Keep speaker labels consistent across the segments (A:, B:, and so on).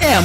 A: M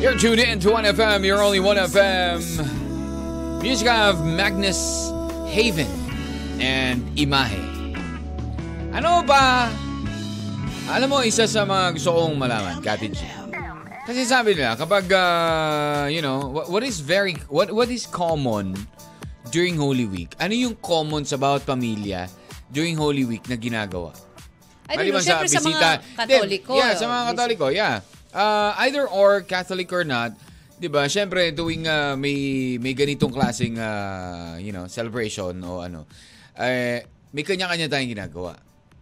B: You're tuned in to 1FM, You're only 1FM. Music of Magnus Haven and Imahe. Ano ba? Alam mo, isa sa mga gusto kong malaman, Kati G. Kasi sabi nila, kapag, ah, you know, what, what is very, what, what is common during Holy Week? Ano yung common sa bawat pamilya during Holy Week na ginagawa?
C: I don't know,
B: Maliban
C: syempre Ano sa, mga
B: bisita-
C: katoliko.
B: Hindi, yeah, sa mga katoliko, yeah. Uh, either or, Catholic or not, di ba, syempre tuwing uh, may, may ganitong klaseng, uh, you know, celebration o ano, eh, may kanya-kanya tayong ginagawa.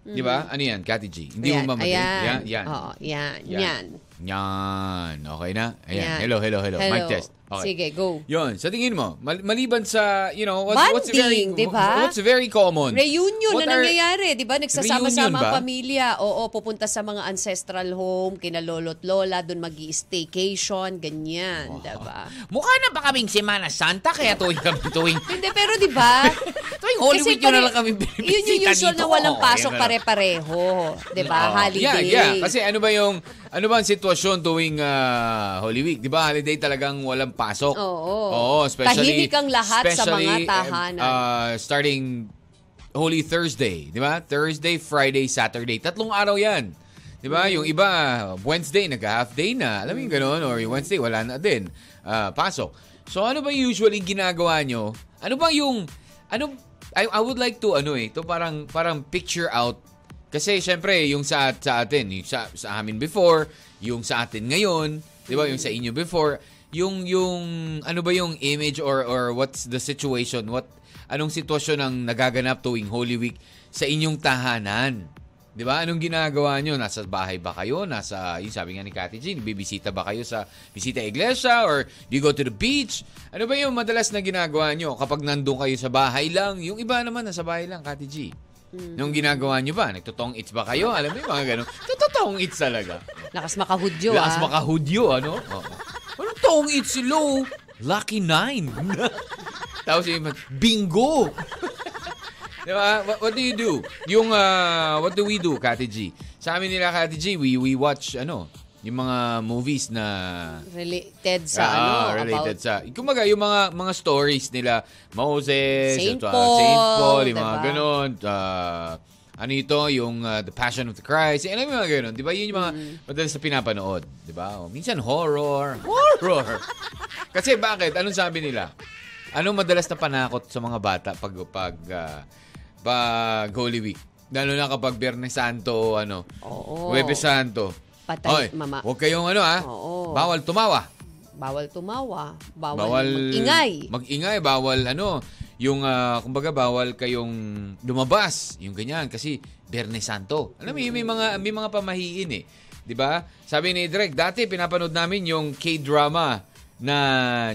B: Di ba? Ano yan, Kati G? Hindi
C: Mm-hmm. Ayan,
B: mo mamatay.
C: Ayan.
B: Yan, yan.
C: Oo, yan.
B: Yan.
C: Yan.
B: Yan. Okay na? Ayan.
C: Yan.
B: Hello, hello, hello, Mic test. Okay.
C: Sige, go.
B: Yun, sa tingin mo, mal- maliban sa, you know, what's, what's very,
C: Bonding, di ba?
B: what's very common?
C: Reunion
B: What
C: na
B: are-
C: nangyayari, di ba?
B: Reunion
C: Nagsasama-sama
B: ba?
C: ang pamilya. Oo, pupunta sa mga ancestral home, kina lolo't lola, doon mag staycation ganyan, di ba?
D: Mukha na ba kaming Semana Santa kaya tuwing kami tuwing
C: Hindi, pero di ba?
D: tuwing Holy
C: Kasi
D: Week yun na
C: pare-
D: lang kami
C: Yun yung
D: binibisita
C: usual
D: dito.
C: na walang
D: Oo, yun na
C: pasok
D: lang.
C: pare-pareho. Di ba?
D: Oo.
C: Ah, Holiday.
B: Oh. Yeah, yeah. Kasi ano ba yung ano ba ang sitwasyon tuwing ah, Holy Week? 'Di ba? Holiday talagang walang pasok.
C: Oo.
B: Oo, especially
C: Tahimik ang lahat sa
B: especially,
C: mga tahanan.
B: eh, ah, starting Holy Thursday, 'di ba? Thursday, Friday, Saturday. Tatlong araw 'yan. 'Di ba? Yung iba Wednesday nag-half day na. Alam mo yung ganoon or yung Wednesday wala na din ah, pasok. So ano ba usually ginagawa nyo? Ano ba yung ano I, I would like to ano eh, to parang parang picture out kasi syempre, yung sa, sa atin, yung sa, sa amin before, yung sa atin ngayon, di ba, yung sa inyo before, yung, yung, ano ba yung image or, or what's the situation, what, anong sitwasyon ang nagaganap tuwing Holy Week sa inyong tahanan? Di ba? Anong ginagawa nyo? Nasa bahay ba kayo? Nasa, yung sabi nga ni Kati Jean, bibisita ba kayo sa, bisita iglesia? Or do you go to the beach? Ano ba yung madalas na ginagawa nyo kapag nandun kayo sa bahay lang? Yung iba naman, nasa bahay lang, Kati G. Nung ginagawa nyo ba? Nagtotong its ba kayo? Alam mo yung mga ganun. Tototong its talaga.
C: Lakas makahudyo,
B: Lakas
C: ah.
B: makahudyo, ano? Oo. Anong tong its low? Lucky nine. Tapos yung iba, bingo. diba? What, what do you do? Yung, ah, what do we do, Kati G? Sa amin nila, Kati G, we, we watch, ano, yung mga movies na
C: Related sa
B: Ah,
C: ano,
B: related
C: about
B: sa kumaga yung mga mga stories nila Moses
C: Saint
B: at, uh,
C: Paul,
B: Saint Paul yung mga
C: diba?
B: ganun ah, ano ito yung ah, The Passion of the Christ eh, alam mo yung mga ganun di ba yun yung mga madalas na pinapanood di ba O, minsan horror horror kasi bakit anong sabi nila anong madalas na panakot sa mga bata pag pag ah, pag Holy Week lalo na kapag Biyernes Santo o ano
C: Oo.
B: Huwebes Santo
C: Patay,
B: Hoy,
C: mama.
B: huwag kayong ano ha
C: Oo.
B: bawal tumawa
C: bawal tumawa, bawal,
B: bawal
C: ingay
B: Mag-ingay, bawal ano, yung ah, kumbaga bawal kayong lumabas, yung ganyan kasi Berne Santo. Alam mo, yun, may mga may mga pamahiin eh. 'Di ba? Sabi ni Direk, dati pinapanood namin yung K-drama na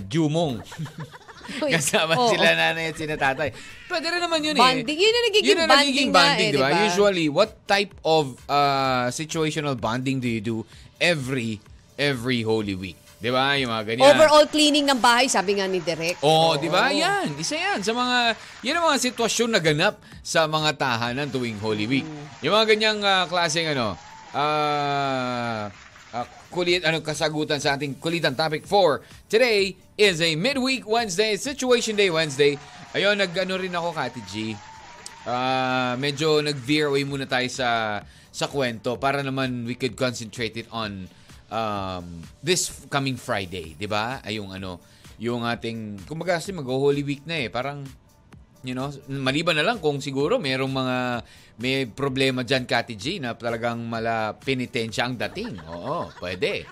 B: Jumong.
C: Uy,
B: Kasama
C: Ano oo.
B: sila nanay at sina tatay. Pwede rin naman yun eh.
C: Bonding. Yun ang nagiging
B: Yun ang nagiging
C: bonding nga
B: bonding,
C: eh,
B: di ba?
C: di ba?
B: Usually, what type of uh, situational bonding do you do every every Holy Week? Di ba? Yung mga ganyan.
C: Overall cleaning ng bahay, sabi nga ni Direk.
B: Oo, di ba? Yan, isa yan. Sa mga, yan ang mga sitwasyon na ganap sa mga tahanan tuwing Holy Week. Yung mga ganyang ah, klaseng ano, ah, ah, kulit, ano, kasagutan sa ating kulitan topic for today is a midweek Wednesday, Situation Day Wednesday. Ayun, nag-ano rin ako, Kati G. Ah, medyo nag-veer away muna tayo sa sa kwento para naman we could concentrate it on um, this f- coming Friday, 'di ba? Ay yung ano, yung ating kumbaga kasi mag-Holy Week na eh, parang you know, maliban na lang kung siguro merong mga may problema diyan Kati G na talagang mala penitensya ang dating. Oo, pwede.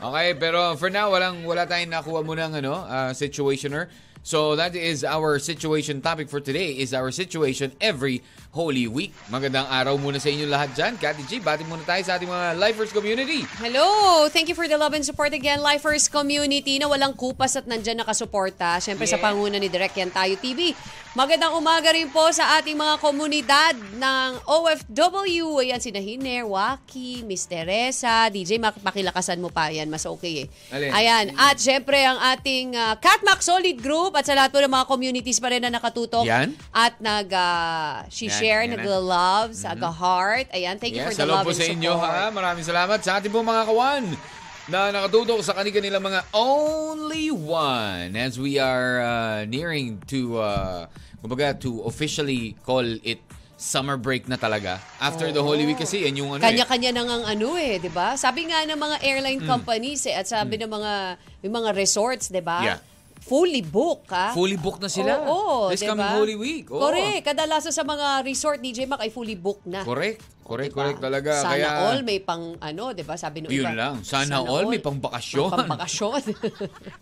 B: Okay, pero for now walang wala tayong nakuha muna ng ano, ah, situationer. So that is our situation topic for today is our situation every Holy Week. Magandang araw muna sa inyo lahat dyan. Kati G, bati muna tayo sa ating mga Lifers community.
C: Hello! Thank you for the love and support again, Lifers Community na walang kupas at nandyan nakasuporta. Siyempre sa
B: Yeah.
C: panguna ni Direk Yan Tayo TV. Magandang umaga rin po sa ating mga komunidad ng OFW. Ayan, si Nahiner, Waki, Miss Teresa, DJ, mak- pakilakasan mo pa. Ayan, mas okay eh.
B: Alin?
C: Ayan, at syempre ang ating ah, Catmac Solid Group at sa lahat po ng mga communities pa rin na nakatutok.
B: Yan.
C: At nag, ah,
B: Yan,
C: she-share,
B: yan na.
C: nag-love, nag-heart. Ayan, thank you for the
B: hello
C: love
B: po
C: and
B: sa inyo
C: support.
B: ha. Maraming salamat sa ating pong mga kawan na nakatutok sa kanila nilang mga only one as we are uh, nearing to uh, kumbaga to officially call it summer break na talaga after the Holy Week kasi yan yung ano eh.
C: Oh. Kanya-kanya na ngang ano eh, 'di ba? Sabi nga ng mga airline
B: Mm.
C: companies eh, at sabi ng mga yung mga resorts, 'di ba?
B: Yeah.
C: Fully booked ka.
B: eh, Fully booked na sila.
C: Oo, oo,
B: This
C: 'di
B: coming
C: ba?
B: Holy Week. Oh. Oo.
C: Correct. Kadalasan sa mga resort DJ Mac ay fully booked na.
B: Correct. Correct,
C: Diba?
B: correct talaga.
C: Sana
B: Kaya,
C: all may pang ano, 'di ba? Sabi nung
B: Yun
C: iba,
B: lang. Sana all may pangbakasyon.
C: May pangbakasyon.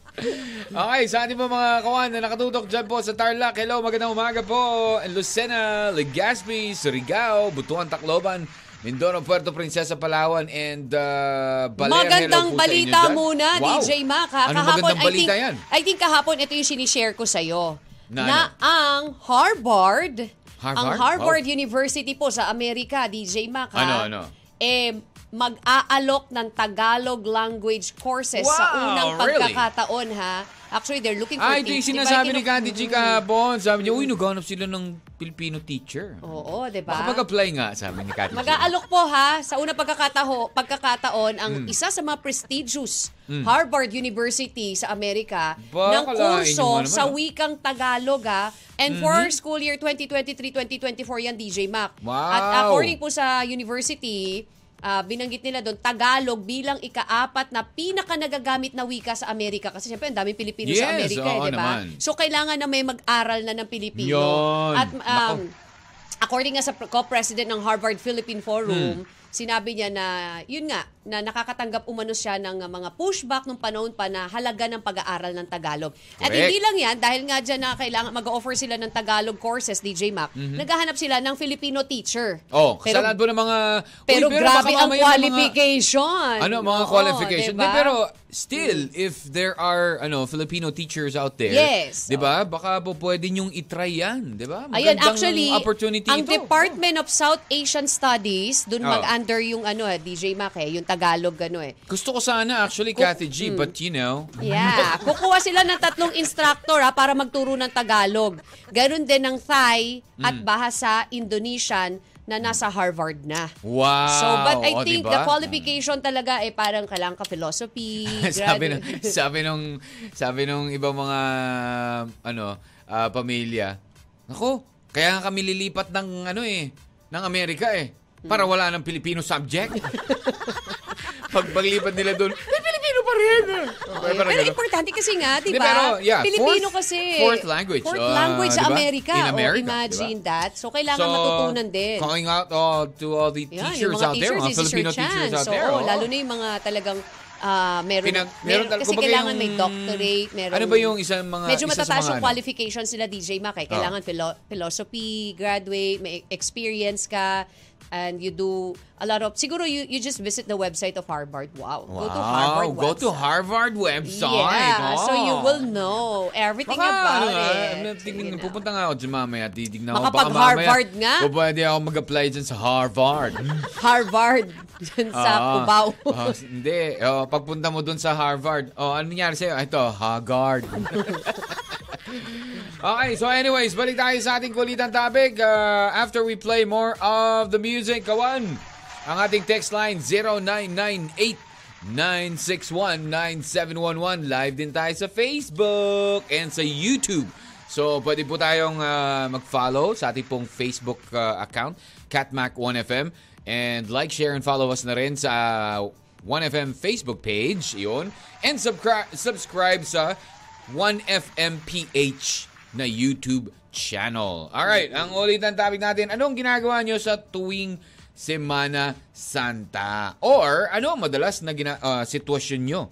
B: Okay, sa ating po mga kawan na nakatutok dyan po sa Tarlac. Hello, magandang umaga po. And Lucena, Legazpi, Surigao, Butuan, Tacloban, Mindoro, Puerto Princesa, Palawan, and uh, Baler. Hello
C: magandang
B: po sa inyo
C: balita
B: dyan.
C: muna,
B: Wow.
C: DJ Mac. Ha?
B: Anong magandang balita
C: I think,
B: yan?
C: I think kahapon, ito yung sinishare ko sa'yo.
B: Na
C: Na,
B: ano?
C: ang Harvard, ang
B: Harvard?
C: Harvard
B: Wow.
C: University po sa Amerika, DJ Mac, ha?
B: Ano, ano?
C: Eh, mag-aalok ng Tagalog language courses sa
B: Wow,
C: unang
B: really?
C: pagkakataon, ha? Actually, they're looking for
B: Ay,
C: diba,
B: Ah, ito yung
C: teach- di ba,
B: sinasabi ni
C: kinu-
B: Candy G kahapon. Sabi niya, uy, naghanap sila ng Filipino teacher.
C: Oo, diba? di
B: Baka
C: Oh, ba?
B: mag-apply nga, sabi ni Candy G.
C: Mag-aalok po ha, sa unang pagkakataho, pagkakataon, ang
B: Hmm.
C: isa sa mga prestigious Harvard University sa Amerika
B: Ba,
C: ng
B: kalain
C: kurso
B: nyo nga naman, Hmm.
C: sa
B: ah.
C: wikang Tagalog ha. And for school year 2023-2024 yan, DJ Mac.
B: Wow.
C: At according po sa university, ah, binanggit nila doon, Tagalog bilang ikaapat na pinaka nagagamit na wika sa Amerika. Kasi syempre, ang daming Pilipino
B: Yes,
C: sa Amerika, eh,
B: oo
C: di ba?
B: naman.
C: So, kailangan na may mag-aral na ng Pilipino.
B: Yun.
C: At
B: Nako.
C: um, according nga sa pr- co-president ng Harvard
B: Hmm.
C: Philippine Forum, sinabi niya na, yun nga, na nakakatanggap umano siya ng uh, mga pushback nung panahon pa na halaga ng pag-aaral ng Tagalog. At
B: Correct.
C: hindi lang yan, dahil nga dyan na kailangan mag-offer sila ng Tagalog courses, DJ Mac, naghahanap sila ng Filipino teacher.
B: Mm-hmm. Oh,
C: Pero-
B: kasalanan po ng mga... Uy,
C: Pero,
B: baka
C: grabe ang
B: mamaya may mga-
C: qualification.
B: Ano, mga
C: Oo,
B: qualification.
C: diba?
B: Di, pero still, if there are ano Filipino teachers out there,
C: Yes.
B: di ba, baka po pwede niyong itry yan, di ba?
C: Ayan,
B: Magandang
C: actually,
B: opportunity
C: ang
B: ito.
C: Department of South Asian Studies, dun
B: Oh.
C: mag-under yung ano, eh, DJ Mac, eh, yung Tagalog, ano eh.
B: Oh. Gusto ko sana actually, Cathy G,
C: Hmm.
B: but you know,
C: Yeah. Kukuha sila ng tatlong instructor ha, para magturo ng Tagalog. Ganun din ng Thai
B: Mm.
C: at Bahasa Indonesian na nasa Harvard na.
B: wow.
C: So, but I
B: Oh,
C: think
B: diba?
C: the qualification talaga eh parang kailangan ka philosophy.
B: sabi ng
C: graduate-
B: sabi nung sabi nung ibang mga ano ah, pamilya. Nako, kaya nga kami lilipat ng ano eh, ng Amerika eh.
C: Hmm.
B: Para wala ng Filipino subject. Pag paglipat nila doon, may Filipino pa rin.
C: Okay,
B: Parang
C: Pero
B: ganun.
C: importante kasi nga, di
B: Hindi,
C: ba?
B: pero, yeah,
C: Pilipino
B: fourth-
C: kasi.
B: fourth language,
C: Fourth
B: uh,
C: language sa
B: di ba?
C: Amerika.
B: In
C: Oh,
B: America, diba? di ba?
C: imagine that. So, kailangan matutunan din.
B: Calling out all, oh, to all the
C: Yan,
B: teachers out there, mga
C: this is your
B: Filipino teachers
C: chance.
B: out there. oh.
C: Oo, lalo na yung mga talagang ah, meron,
B: Pinag-
C: meron,
B: tal-
C: kasi
B: kumbaga
C: kailangan
B: yung-
C: may doctorate, meron.
B: Ano ba yung isang mga-
C: Medyo
B: isa sa
C: matataas
B: mga ano?
C: yung
B: Ah.
C: qualifications nila DJ Mac eh. Kailangan philo- philosophy, graduate, may experience ka and you do a lot of siguro you you just visit the website of Harvard. Wow. Go to Harvard.
B: Wow, Ah, go to
C: website.
B: Harvard website.
C: Yeah, so you
B: Oh.
C: will know everything
B: Baka,
C: about
B: ano nga,
C: it.
B: ano, tingin-
C: You know.
B: pupunta nga ako dyan mamaya, titignan ko.
C: Makapag
B: Baka mamaya,
C: Harvard nga.
B: o pwede ako mag-apply dyan sa Harvard.
C: Harvard dyan sa
B: Ah.
C: Cubao.
B: Oh, hindi. Oh, pagpunta mo dun sa Harvard, oh, ano nangyari sa'yo? Ito, Haggard. okay, so anyways, balik tayo sa ating kulitan topic. Uh, after we play more of the music, kawan, ang ating text line 0998 961-9711. Live din tayo sa Facebook and sa YouTube. So, pwede po tayong ah, mag-follow sa ating pong Facebook ah, account, CatMac1FM. And like, share, and follow us na rin sa 1FM Facebook page. Yun. And subscribe, subscribe sa 1FMPH na YouTube channel. Alright, ang ulitan topic natin, anong ginagawa nyo sa tuwing Semana Santa? Or ano ang madalas na gina- ah, sitwasyon nyo?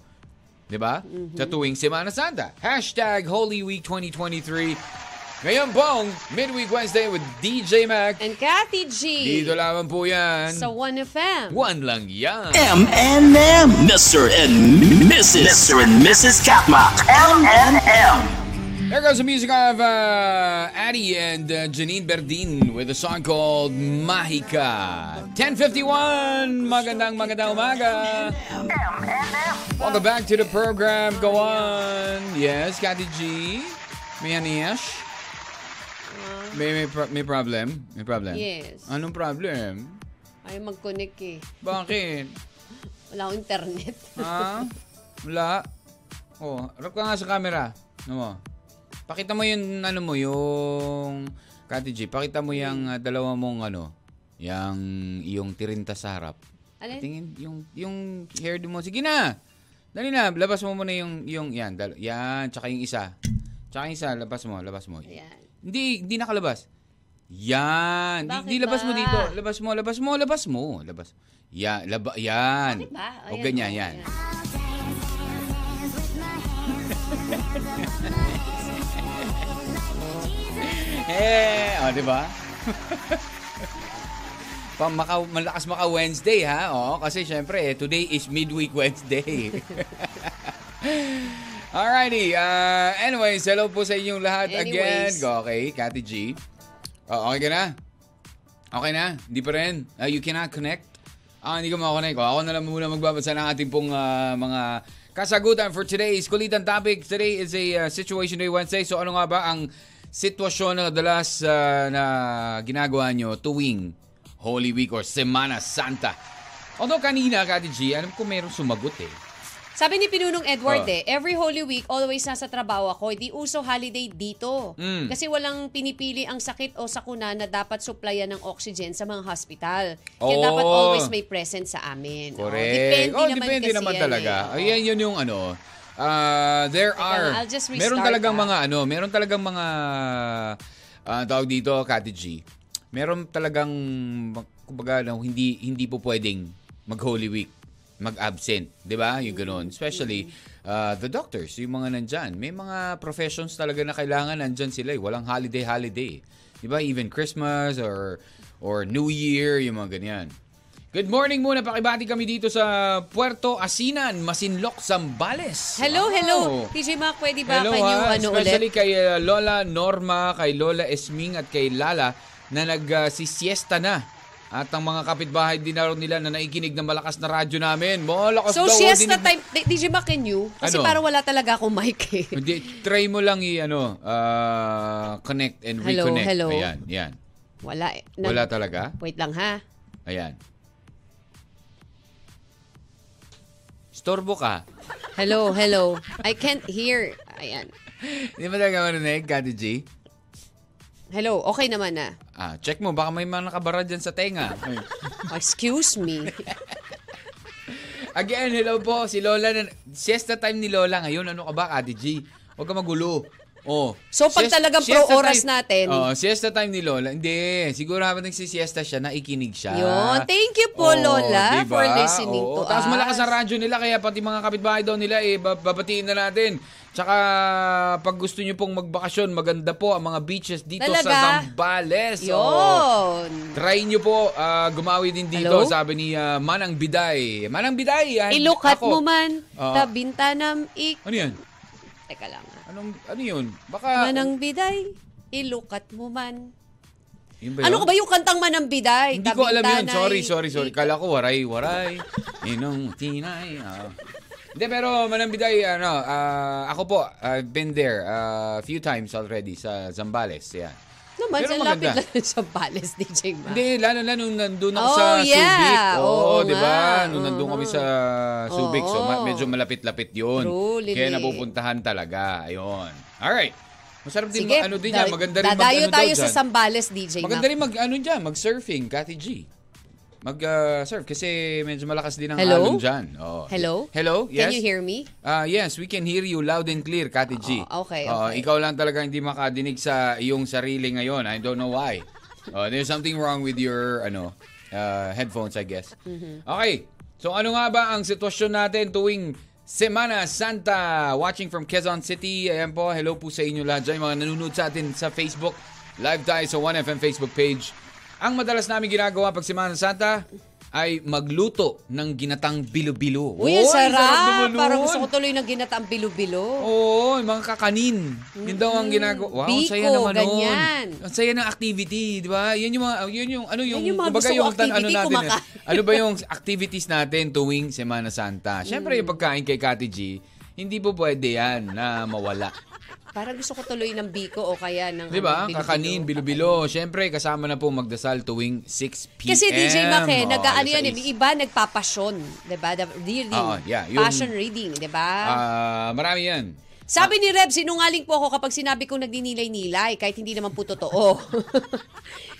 B: 'Di Di ba? Sa tuwing Semana Santa. Hashtag Holy Week 2023. Ngayon pong Midweek Wednesday with DJ Mac.
C: And Kathy G.
B: Dito lamang po yan.
C: Sa 1FM.
B: One lang yan.
A: M and M. Mr. and Mrs. Mr. and Mrs. Katma.
E: M and M.
B: There goes the music of uh, Addy and uh, Janine Berdin with a song called Mahika. 10.51. Magandang magandang umaga.
E: M and M.
B: Welcome back to the program. Go on. Yes, Kati G. May aniyash? May, may, pro- may problem? May problem?
C: Yes.
B: Anong problem?
C: Ay, mag-connect eh.
B: Bakit?
C: Wala akong internet.
B: Ha? Wala? Oh, harap ka nga sa camera. Ano mo? Pakita mo yung, ano mo, yung... Kati G, pakita mo yung ah, dalawa mong, ano, yung iyong tirinta sa harap.
C: Alin?
B: Tingin, yung, yung hairdo mo. Sige na! Dali na, labas mo muna yung, yung, yan, dal- yan, tsaka yung isa. Tsaka yung isa, labas mo, labas mo.
C: Ayan.
B: Hindi, hindi nakalabas. Yan.
C: Bakit
B: Di, di labas mo
C: ba?
B: dito. Labas mo, labas mo, labas mo. Labas. Yan, laba, yan.
C: Bakit ba?
B: O
C: Ayan,
B: ganyan,
C: o,
B: yan.
C: ayan.
B: Eh, o, di ba? Pang maka, malakas maka Wednesday ha. O, kasi syempre, eh, today is midweek Wednesday. Alrighty. Uh, anyways, hello po sa inyong lahat
C: Anyways.
B: again. Okay, Kati G. O, okay ka na? Okay na? Hindi pa rin? Uh, you cannot connect? Ah, hindi ka makakonect. O, ako na lang muna magbabasa ng ating pong ah, mga kasagutan for today's kulitan topic. Today is a ah, Situation Day Wednesday. So, ano nga ba ang sitwasyon na dalas na ginagawa nyo tuwing Holy Week or Semana Santa? Although kanina, Kati G, alam ko meron sumagot eh.
C: Sabi ni Pinunong Edward
B: Oh.
C: eh, every Holy Week, always nasa trabaho ako, hindi uso holiday dito.
B: Mm.
C: Kasi walang pinipili ang sakit o sakuna na dapat supplyan ng oxygen sa mga hospital. Kaya
B: Oo.
C: dapat always may present sa amin. Oh,
B: Oh. Correct.
C: depende
B: Oh,
C: naman
B: depende
C: kasi
B: naman
C: yan
B: talaga.
C: eh.
B: Ayan, yun yung ano. Ah, there are.
C: lang, I'll just restart
B: meron talagang
C: ah.
B: mga ano, meron talagang mga ah, tawag dito, Kati G. Meron talagang kumbaga no, hindi hindi po pwedeng mag Holy Week mag-absent, 'di ba? Yung ganoon. Especially ah, the doctors, yung mga nandyan. May mga professions talaga na kailangan nandyan sila, eh. walang holiday holiday. eh. 'Di ba? Even Christmas or or New Year, yung mga ganyan. Good morning muna, pakibati kami dito sa Puerto Asinan, Masinloc, Zambales.
C: Hello,
B: Wow.
C: hello. TJ Mac, pwede ba
B: Oh. Hello,
C: can you
B: ha.
C: ano
B: Especially
C: ulit?
B: kay uh, Lola Norma, kay Lola Esming at kay Lala na nagsisiesta na. At ang mga kapitbahay din na nila na naikinig ng malakas na radyo namin. Malakas daw,
C: So,
B: oh,
C: siesta
B: dinig-
C: time. Di- DJ Mac, can you? Kasi
B: Ano?
C: para wala talaga akong mic eh.
B: Hindi, try mo lang i-ano, ah, connect and
C: Hello,
B: reconnect.
C: hello.
B: Ayan, ayan.
C: Wala eh. Na-
B: Wala talaga?
C: Wait lang ha.
B: Ayan. Storbo ka.
C: Hello, hello. I can't hear. Ayan.
B: Hindi mo talaga marinig, Kati G?
C: Hello, okay naman na.
B: Ah, check mo, baka may mga nakabara dyan sa tenga. Ay.
C: Oh, Excuse me.
B: Again, hello po, si Lola. Na, siesta time ni Lola ngayon. Ano ka ba, Kati G? Huwag ka magulo. Oh.
C: So, pag
B: siesta-
C: talagang
B: siesta
C: pro oras natin.
B: Oo, siesta time ni Lola. Hindi, siguro habang nagsisiesta siya, naikinig siya.
C: Yun. Thank you po,
B: Oo,
C: Lola,
B: diba?
C: for listening
B: Oo.
C: to
B: Tapos
C: us.
B: malakas ang radyo nila, kaya pati mga kapitbahay daw nila, eh, ba- babatiin na natin. Tsaka, pag gusto nyo pong magbakasyon, maganda po ang mga beaches dito sa
C: Talaga?
B: Zambales. Oo.
C: Yun.
B: Try nyo po, ah, gumawi din dito,
C: Hello?
B: sabi ni ah, Manang Biday. Manang Biday, ah,
C: Ilukat
B: ako. Ah.
C: mo man,
B: Oo.
C: tabinta nam ik...
B: Ano yan?
C: Teka lang ha.
B: Anong, ano yun? Baka...
C: Manang biday, ilukat mo man.
B: Yun
C: Ano
B: yun?
C: ko ba yung kantang manang biday?
B: Hindi ko alam yun.
C: Tabintanay,
B: Sorry, sorry, sorry.
C: ik-
B: Kala ko waray, waray. Inong tinay. ah. Hindi, pero Manang Biday, ano, ah, ako po, I've been there ah, a few times already sa Zambales. Yan.
C: Naman,
B: Pero
C: Ano sa lapit
B: maganda.
C: lang sa Palace, DJ Ma.
B: Hindi, lalo na nung nandun ako
C: Diba? Oh,
B: sa
C: yeah.
B: Subic. Oo,
C: Oo
B: di ba?
C: nga.
B: Nung nandun kami
C: Mhm.
B: sa Subic. So, ma-
C: Oo.
B: medyo malapit-lapit yun.
C: True, Lili.
B: Kaya napupuntahan talaga. Ayun. Alright. Masarap din,
C: Sige,
B: ma- ano din yan.
C: da-
B: Maganda rin
C: dadayo
B: mag-ano daw
C: tayo sa ah.
B: dyan.
C: Sambales, DJ Ma.
B: Maganda rin mag, ano dyan, mag-surfing, Kati G. Mag-surf kasi medyo malakas din ang
C: Hello?
B: alon dyan. Oo.
C: Hello?
B: Hello? Yes?
C: Can you hear me?
B: Ah, yes, we can hear you loud and clear, Kati G.
C: Oh, okay,
B: Oo,
C: okay.
B: ikaw lang talaga hindi makadinig sa iyong sarili ngayon. I don't know why. Oh, there's something wrong with your ano
C: Mm-hmm.
B: uh, headphones, I guess. Okay. So ano nga ba ang sitwasyon natin tuwing Semana Santa, watching from Quezon City. Ayan po, hello po sa inyo lahat dyan. Mga nanonood sa atin sa Facebook. Live tayo sa 1FM Facebook page. Ang madalas namin ginagawa pag Semana Santa ay magluto ng ginatang bilo-bilo.
C: Uy,
B: Oh,
C: ang
B: ang
C: sarap!
B: naman nun.
C: Parang gusto ko tuloy ng ginataang bilo-bilo.
B: Oo, yung mga kakanin. Yun daw ang ginagawa. Wow, ang saya
C: Biko,
B: naman nun.
C: ganyan.
B: Ang saya ng activity, di ba? Yun yung mga, yun yung, ano yung,
C: Yun yung mga
B: kumbaga
C: gusto kong
B: tan-
C: activity,
B: natin, eh.
C: kumakain. Mm.
B: ano ba yung activities natin tuwing Semana Santa? Siyempre, yung pagkain kay Kati G, hindi po pwede yan na mawala.
C: Parang gusto ko tuloy ng biko o kaya ng
B: Di ba?
C: ano,
B: Kakanin, bilo-bilo. Siyempre, kasama na po magdasal tuwing 6 p.m.
C: Kasi DJ Maki,
B: Oo,
C: nag ano
B: alas
C: yan, yung
B: 6.
C: iba nagpapasyon, 'di ba? The reading.
B: Oo, yeah, yung-
C: passion reading, 'di ba?
B: Ah, marami yan.
C: Sabi ni Reb, sinungaling po ako kapag sinabi kong nagninilay-nilay kahit hindi naman po totoo.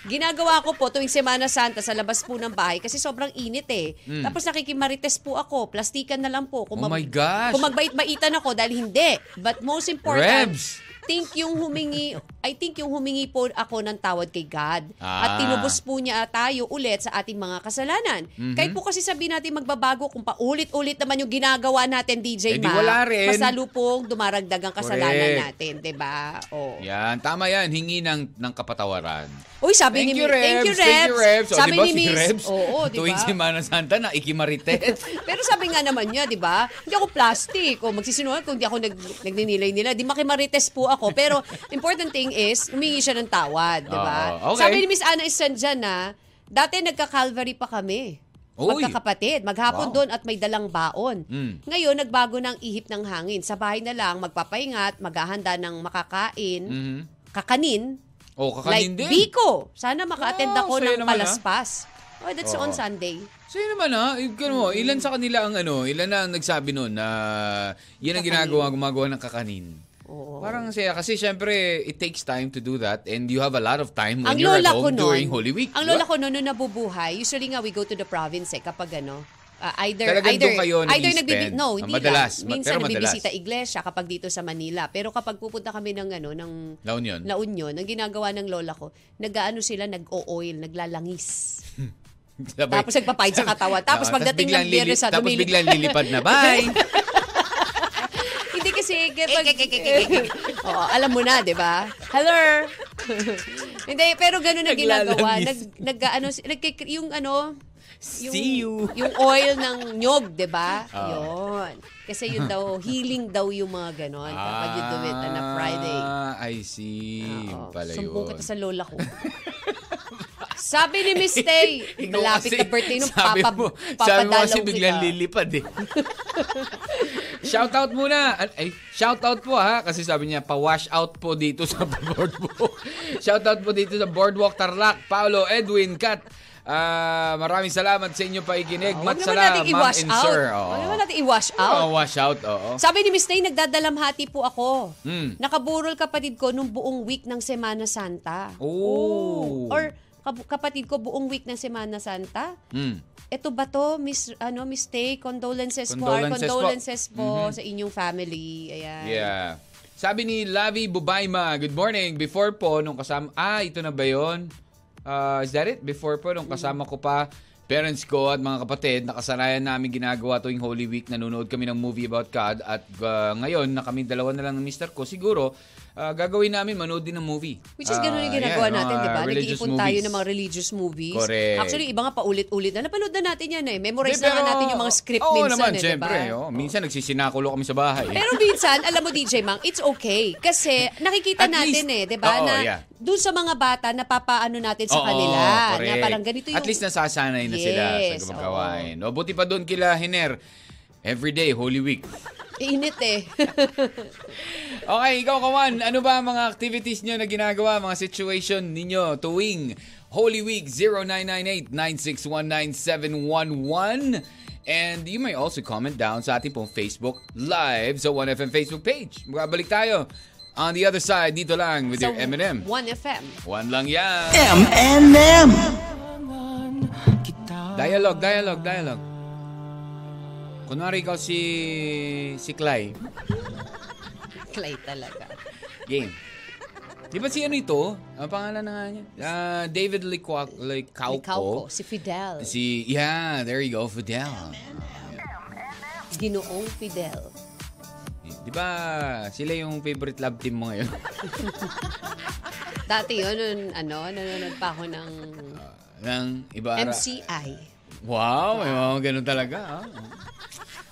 C: Ginagawa ko po tuwing Semana Santa sa labas po ng bahay kasi sobrang init eh. Tapos nakikimarites po ako, plastikan na lang po. Kung
B: Hmm. Oh
C: mab-
B: my gosh.
C: Kung magbait-baitan ako dahil hindi. But most important,
B: Rebs!
C: think yung humingi, I think yung humingi po ako ng tawad kay God. At
B: Ah.
C: tinubos po niya tayo ulit sa ating mga kasalanan.
B: Mhm.
C: Kahit po kasi sabihin natin magbabago kung paulit-ulit naman yung ginagawa natin, DJ
B: Eh, di
C: Ma.
B: wala rin.
C: Masalo pong dumaragdag ang kasalanan
B: Correct.
C: natin, 'di ba? Oh.
B: Yan, tama yan. Hingi ng, ng kapatawaran.
C: Uy, sabi
B: Thank
C: ni
B: you, Rebs.
C: Thank you, Rebs.
B: Thank you, Rebs. O,
C: Sabi
B: diba,
C: ni
B: si
C: Miss,
B: Rebs,
C: Oo, di
B: tuwing
C: ba?
B: Semana Santa, nakikimarites.
C: Pero sabi nga naman niya, di ba? Hindi ako plastic. O magsisinungan kung di ako nag, nagninilay nila. Di makimarites po ako. Pero important thing is, humingi siya ng tawad, di
B: Oo,
C: ba?
B: Ah, okay.
C: Sabi ni Miss Ana Estrandjan na, dati nagka-Calvary pa kami.
B: Uy.
C: Magkakapatid.
B: Wow.
C: Maghapon doon at may dalang baon.
B: Mm.
C: Ngayon, nagbago ng ihip ng hangin. Sa bahay na lang, magpapaingat, maghahanda ng makakain,
B: Mhm.
C: kakanin,
B: O, Oh, kakanin
C: like
B: din.
C: Biko. Sana maka-attend
B: Wow,
C: ako
B: saya naman,
C: ng
B: ah.
C: palaspas. Oh, that's
B: Oo.
C: on Sunday.
B: Sa'yo naman ha, Eh, ganun mo, ilan sa kanila ang ano, ilan na ang nagsabi nun na yan ang
C: Kakanin. Oh.
B: ginagawa, gumagawa ng kakanin.
C: Oo.
B: Parang saya kasi syempre it takes time to do that and you have a lot of time when
C: ang
B: you're at
C: lola ko
B: home
C: nun,
B: during Holy Week.
C: Ang lola ko noon, nung nabubuhay, usually nga we go to the province eh, kapag ano, ah, either,
B: Talagang
C: either,
B: doon kayo
C: either
B: nag-i-spend?
C: nagbibi-
B: Ah,
C: no, hindi
B: madalas.
C: lang.
B: Ma-
C: Minsan
B: pero madalas.
C: nabibisita iglesia kapag dito sa Manila. Pero kapag pupunta kami ng ano, ng
B: La Union.
C: La Union, ang ginagawa ng lola ko, nag-ano sila, nag-o-oil, naglalangis.
B: Sabay-
C: Tapos nagpapahid sa katawan. Tapos
B: Oo,
C: pagdating ng
B: Ah, biglang lili-
C: Biyernes, ano,
B: Tapos
C: lilip-
B: biglang lilipad na, bye!
C: Hindi kasi kapag... Oo, alam mo na, di ba? Hello! Hindi, pero ganun ang ginagawa. Nag,
B: Naglalangis.
C: nag, ano, nagkik- yung ano... Yung,
B: See you. Ah.
C: Yung oil ng nyog, di ba? Yun. Kasi yun daw, healing daw yung mga ganon kapag yung dumita na Friday.
B: Ah, I see.
C: Oo.
B: Pala
C: Sumbong
B: yun.
C: kita sa lola ko. Sabi ni Miss Tay,
B: Ikaw
C: malapit
B: kasi,
C: na birthday nung
B: sabi
C: papa,
B: mo, Sabi mo
C: papadalaw
B: kasi biglang
C: kita.
B: lilipad eh. shout out muna. An- Ay, shout out po ha. Kasi sabi niya, pa-wash out po dito sa boardwalk. shout out po dito sa boardwalk Tarlac. Paolo, Edwin, Kat. Ah, maraming salamat sa inyo paikinig.
C: Ah, Huwag naman
B: Matsala,
C: natin
B: ma'am
C: i-wash
B: and
C: out.
B: sir.
C: Huwag
B: Oo.
C: naman natin i-wash out.
B: Oo, wash out, oo.
C: Sabi ni Miss Nay, nagdadalamhati po ako.
B: Hmm.
C: Nakaburol kapatid ko nung buong week ng Semana Santa.
B: Oh.
C: Or kab- kapatid ko buong week ng Semana Santa.
B: Mm.
C: Ito ba to, Miss, ano, Miss Tay?
B: Condolences
C: Condolences, po.
B: po. Mm-hmm.
C: Our condolences po, sa inyong family. Ayan.
B: Yeah. Sabi ni Lavi Bubayma, good morning. Before po, nung kasama... Ah, ito na ba yun? Ah, is that it? Before po, nung kasama ko pa parents ko at mga kapatid, nakasanayan namin ginagawa tuwing Holy Week. Nanonood kami ng movie about God at ah, ngayon na kami dalawa na lang ng mister ko, siguro ah, gagawin namin manood din ng movie.
C: Which is
B: Ah,
C: ganun yung ginagawa
B: yan,
C: natin,
B: mga
C: di ba?
B: religious
C: Nag-iipon tayo
B: movies.
C: ng mga religious movies.
B: Correct.
C: Actually, iba nga paulit-ulit na. Napanood na natin yan eh. Memorize
B: Di,
C: na nga
B: pero-
C: natin yung mga script
B: oo,
C: minsan
B: naman,
C: eh, di ba?
B: syempre, oo. Minsan nagsisinakulo kami sa bahay.
C: Pero minsan, alam mo DJ Mang, it's okay. Kasi nakikita
B: At
C: natin
B: least-
C: eh, di ba?
B: Oo,
C: na
B: yeah.
C: doon sa mga bata, napapaano natin sa
B: Oo,
C: kanila. Na
B: correct.
C: parang ganito yung...
B: At least nasasanay na sila
C: Yes,
B: sa gumagawain. O, buti pa doon kila Hiner. Everyday, Holy Week.
C: Init eh.
B: Okay, ikaw kawan, ano ba ang mga activities nyo na ginagawa, mga situation ninyo tuwing Holy Week 0998-9619711 And you may also comment down sa ating pong Facebook Live sa 1FM Facebook page. Magbabalik tayo on the other side dito lang with your M&M.
C: 1FM.
B: One lang yan.
A: M&M.
B: Dialogue, dialogue, dialogue. Kunwari ikaw si si Clay.
C: Clay talaga.
B: Game. Di ba si ano ito? Ang pangalan na nga niya? Ah, David Licua-
C: Ikaw ko,
B: Licauco.
C: si Fidel.
B: Si, yeah, there you go, Fidel.
C: Ginoong Fidel.
B: Di ba sila yung favorite love team mo ngayon?
C: Dati yun, nun, ano, nanonood pa ako ng
B: ng Ibarra.
C: MCI.
B: Wow, may mga ganun talaga. ah.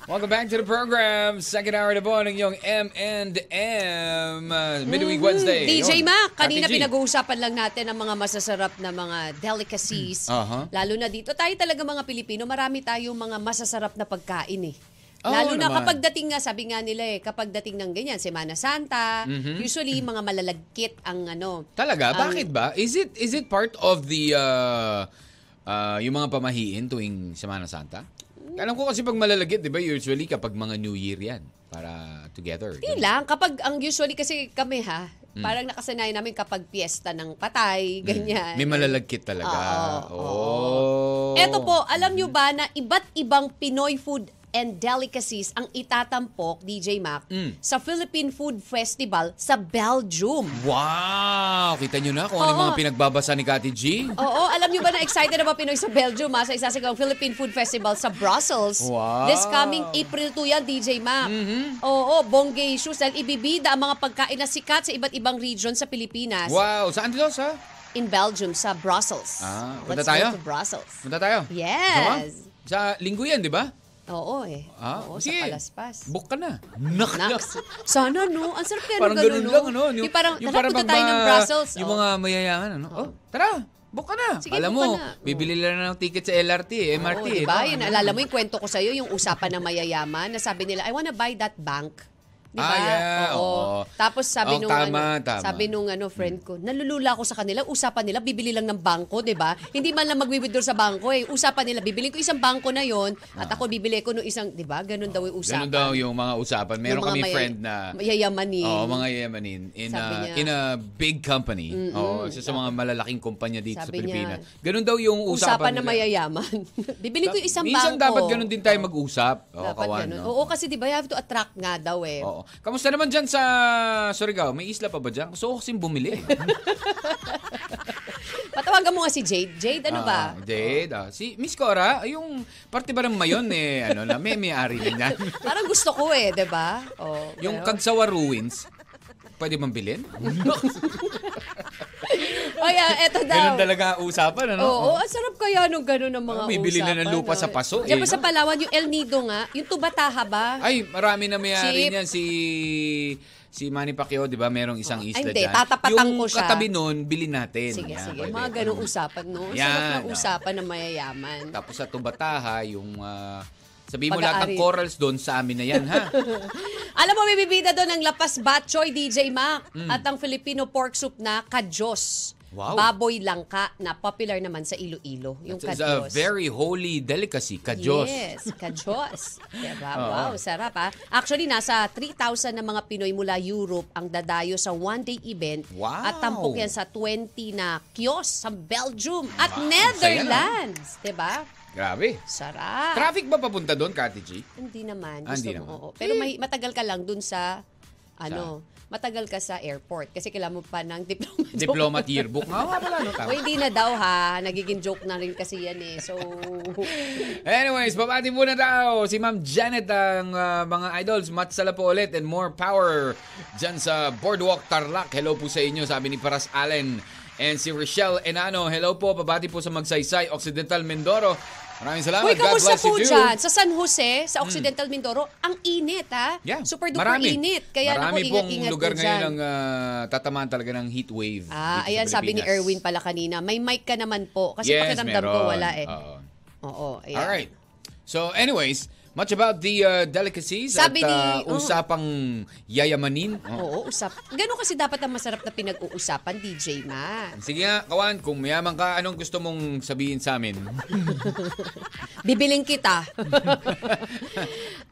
B: Welcome back to the program. Second hour na po ng yung M&M. Uh, Midweek Wednesday.
C: DJ
B: Yun.
C: Mac, kanina
B: Ate G.
C: pinag-uusapan lang natin ang mga masasarap na mga delicacies.
B: Aha.
C: Lalo na dito, tayo talaga mga Pilipino, marami tayong mga masasarap na pagkain eh.
B: Oo
C: Lalo na
B: naman.
C: kapag dating nga, sabi nga nila eh, kapag dating ng ganyan, Semana Santa,
B: Mm-hmm.
C: usually mga malalagkit ang ano.
B: Talaga?
C: ang-
B: Bakit ba? Is it is it part of the uh, uh, yung mga pamahiin tuwing Semana Santa? Alam ko kasi pag malalagit, di ba, usually kapag mga New Year yan. Para together.
C: Hindi lang. Kapag ang usually kasi kami ha,
B: Mm.
C: parang nakasanayan namin kapag piyesta ng patay, ganyan.
B: May malalagkit talaga.
C: Oo,
B: Oh.
C: Eto po, alam nyo ba na iba't ibang Pinoy food and delicacies ang itatampok, DJ Mac,
B: Mm.
C: sa Philippine Food Festival sa Belgium.
B: Wow! Kita nyo na kung ano yung
C: Oo. Oh,
B: mga pinagbabasa ni Kati G.
C: Oo, alam nyo ba na excited na ba Pinoy sa Belgium ha, sa isasagang Philippine Food Festival sa Brussels?
B: Wow. Mm-hmm.
C: This coming April 2 yan, DJ Mac. Oo, bongga issues dahil ibibida ang mga pagkain na sikat sa iba't ibang region sa Pilipinas.
B: Wow! Saan dito, sa?
C: in Belgium sa Brussels.
B: Ah, punta
C: Let's
B: tayo?
C: go to Brussels.
B: Punta tayo.
C: Yes.
B: Sama? Sa linggo yan, di ba?
C: Oo eh.
B: Ah,
C: Oo,
B: sige.
C: sa Palaspas.
B: Book ka na. Nak,
C: Naks. Sana no. Ang sarap kaya
B: Parang
C: ng
B: ganun
C: ganun, no?
B: lang, ano?
C: Yung, parang, tara, punta
B: bang
C: tayo ng
B: mga-
C: Brussels.
B: Yung
C: Oh.
B: mga mayayaman, ano? Oh, tara! Book ka na.
C: Sige,
B: Alam
C: book
B: mo,
C: ka na. Oh.
B: bibili lang ng ticket sa LRT, eh, MRT.
C: Oo,
B: eh,
C: diba?
B: no?
C: Yun, alala mo yung kwento ko sa'yo, yung usapan ng mayayaman, na sabi nila, I wanna buy that bank. Diba?
B: Ah, yeah. Oo.
C: Tapos sabi
B: Oo,
C: nung,
B: tama,
C: ano,
B: tama.
C: sabi nung ano, friend ko, nalulula ako sa kanila, usapan nila, bibili lang ng bangko, di ba? Hindi man lang mag-withdraw sa bangko eh. Usapan nila, bibili ko isang bangko na yon at ako bibili ko nung isang, di ba? Ganun daw yung usapan.
B: Ah. Ganun daw yung mga usapan. Meron
C: Yung mga eh.
B: kami
C: maya-
B: friend na...
C: Yayamanin.
B: Oo, mga yayamanin. In
C: Sabi
B: a,
C: niya.
B: in a big company. Oo, isa sa mga malalaking kumpanya dito sa
C: Sabi niya,
B: Pilipinas. Ganun daw yung usapan.
C: usapan na
B: nila.
C: mayayaman. Bibili ko isang
B: Minsan
C: bangko. Oh.
B: dapat ganun din tayo mag-usap. Oo,
C: Dapat
B: kawan,
C: ganun.
B: no?
C: Oo, kasi di ba you have to attract nga daw eh.
B: Oo. Kamusta naman dyan sa Surigao? May isla pa ba dyan? Gusto ko kasing bumili.
C: Patawagan mo nga si Jade. Jade, ano ba?
B: Ah, Jade. ah. Si Miss Cora, yung parte ba ng mayon eh, ano na, may may-ari na yan.
C: Parang gusto ko eh, di ba? Oh,
B: Yung
C: pero-
B: Kagsawa Ruins, pwede bang bilhin?
C: Oh yeah, eto daw.
B: Ganun talaga ang usapan, ano?
C: Oo, oh, ang sarap kaya nung gano'n ng mga
B: Ah, bibili na ng
C: usapan,
B: lupa
C: no?
B: sa paso,
C: Diyan
B: eh,
C: pa sa
B: no?
C: Palawan, yung El Nido nga, yung Tubataha ba?
B: Ay, marami na may-ari
C: Cheap.
B: niyan. Si si Manny Pacquiao, di ba, merong isang
C: Ay,
B: isla
C: hindi.
B: dyan.
C: Tatapatan
B: yung
C: ko siya.
B: katabi nun, bilhin natin.
C: sige,
B: Yan,
C: sige.
B: pwede.
C: Mga gano'ng usapan, no? Ang Sarap
B: Yan,
C: ng
B: oh.
C: usapan ng mayayaman.
B: Tapos sa Tubataha, yung... ah, sabihin mo lahat ng
C: Pag-aari.
B: corals doon sa amin na yan, ha?
C: Alam mo, may bibida doon ang lapas batchoy, DJ Mac, at ang Filipino pork soup na kadyos.
B: Mm. Wow.
C: Baboy langka na popular naman sa Iloilo. Yung
B: It's a
C: kadyos.
B: very holy delicacy, kadyos.
C: Yes, kadyos. diba? Wow, sarap ha. Actually, nasa 3,000 na mga Pinoy mula Europe ang dadayo sa one-day event.
B: Wow.
C: At tampok yan sa 20 na kiosk sa Belgium at
B: Wow,
C: Netherlands. Diba?
B: Grabe.
C: Sarap.
B: Traffic ba papunta doon, Kati G?
C: Hindi naman.
B: Ah,
C: Gusto
B: hindi
C: mo,
B: naman.
C: oo. Pero may, matagal ka lang dun sa, ano, matagal ka sa airport. Kasi kailangan mo pa ng diploma.
B: Diplomat yearbook. Nga nga pala, no? Tama.
C: O hindi na daw ha. Nagiging joke na rin kasi yan eh. So,
B: Anyways, babati muna tao si Ma'am Janet ang ah, mga idols. Matsala po ulit and more power dyan sa Boardwalk Tarlac. Hello po sa inyo, sabi ni Paras Allen. And si Rochelle Enano, hello po. Babati po sa Magsaysay, Occidental Mindoro. Maraming salamat. Ah,
C: Uy,
B: God
C: kamusta
B: bless you
C: po
B: too.
C: dyan? Sa San Jose, sa Occidental Mindoro, ang init ha.
B: Yeah,
C: Super duper init. Kaya
B: marami
C: naku,
B: pong
C: ingat-ingat po
B: lugar ngayon
C: dyan.
B: ang ah, tatamaan talaga ng heat wave. dito sa
C: Ah, ayan, sabi ni
B: Pilipinas.
C: Erwin pala kanina. May mic ka naman po. Kasi
B: yes,
C: pakiramdam ko
B: meron.
C: wala eh.
B: Oo.
C: Oo, ayan.
B: All right. So anyways, much about the uh, delicacies
C: Sabi
B: at uh,
C: ni- oh.
B: usapang yayamanin. Oh.
C: Oo, usap. Ganun kasi dapat ang masarap na pinag-uusapan, DJ Ma.
B: Sige nga, Kawan, kung mayaman ka, anong gusto mong sabihin sa amin?
C: Bibiling kita.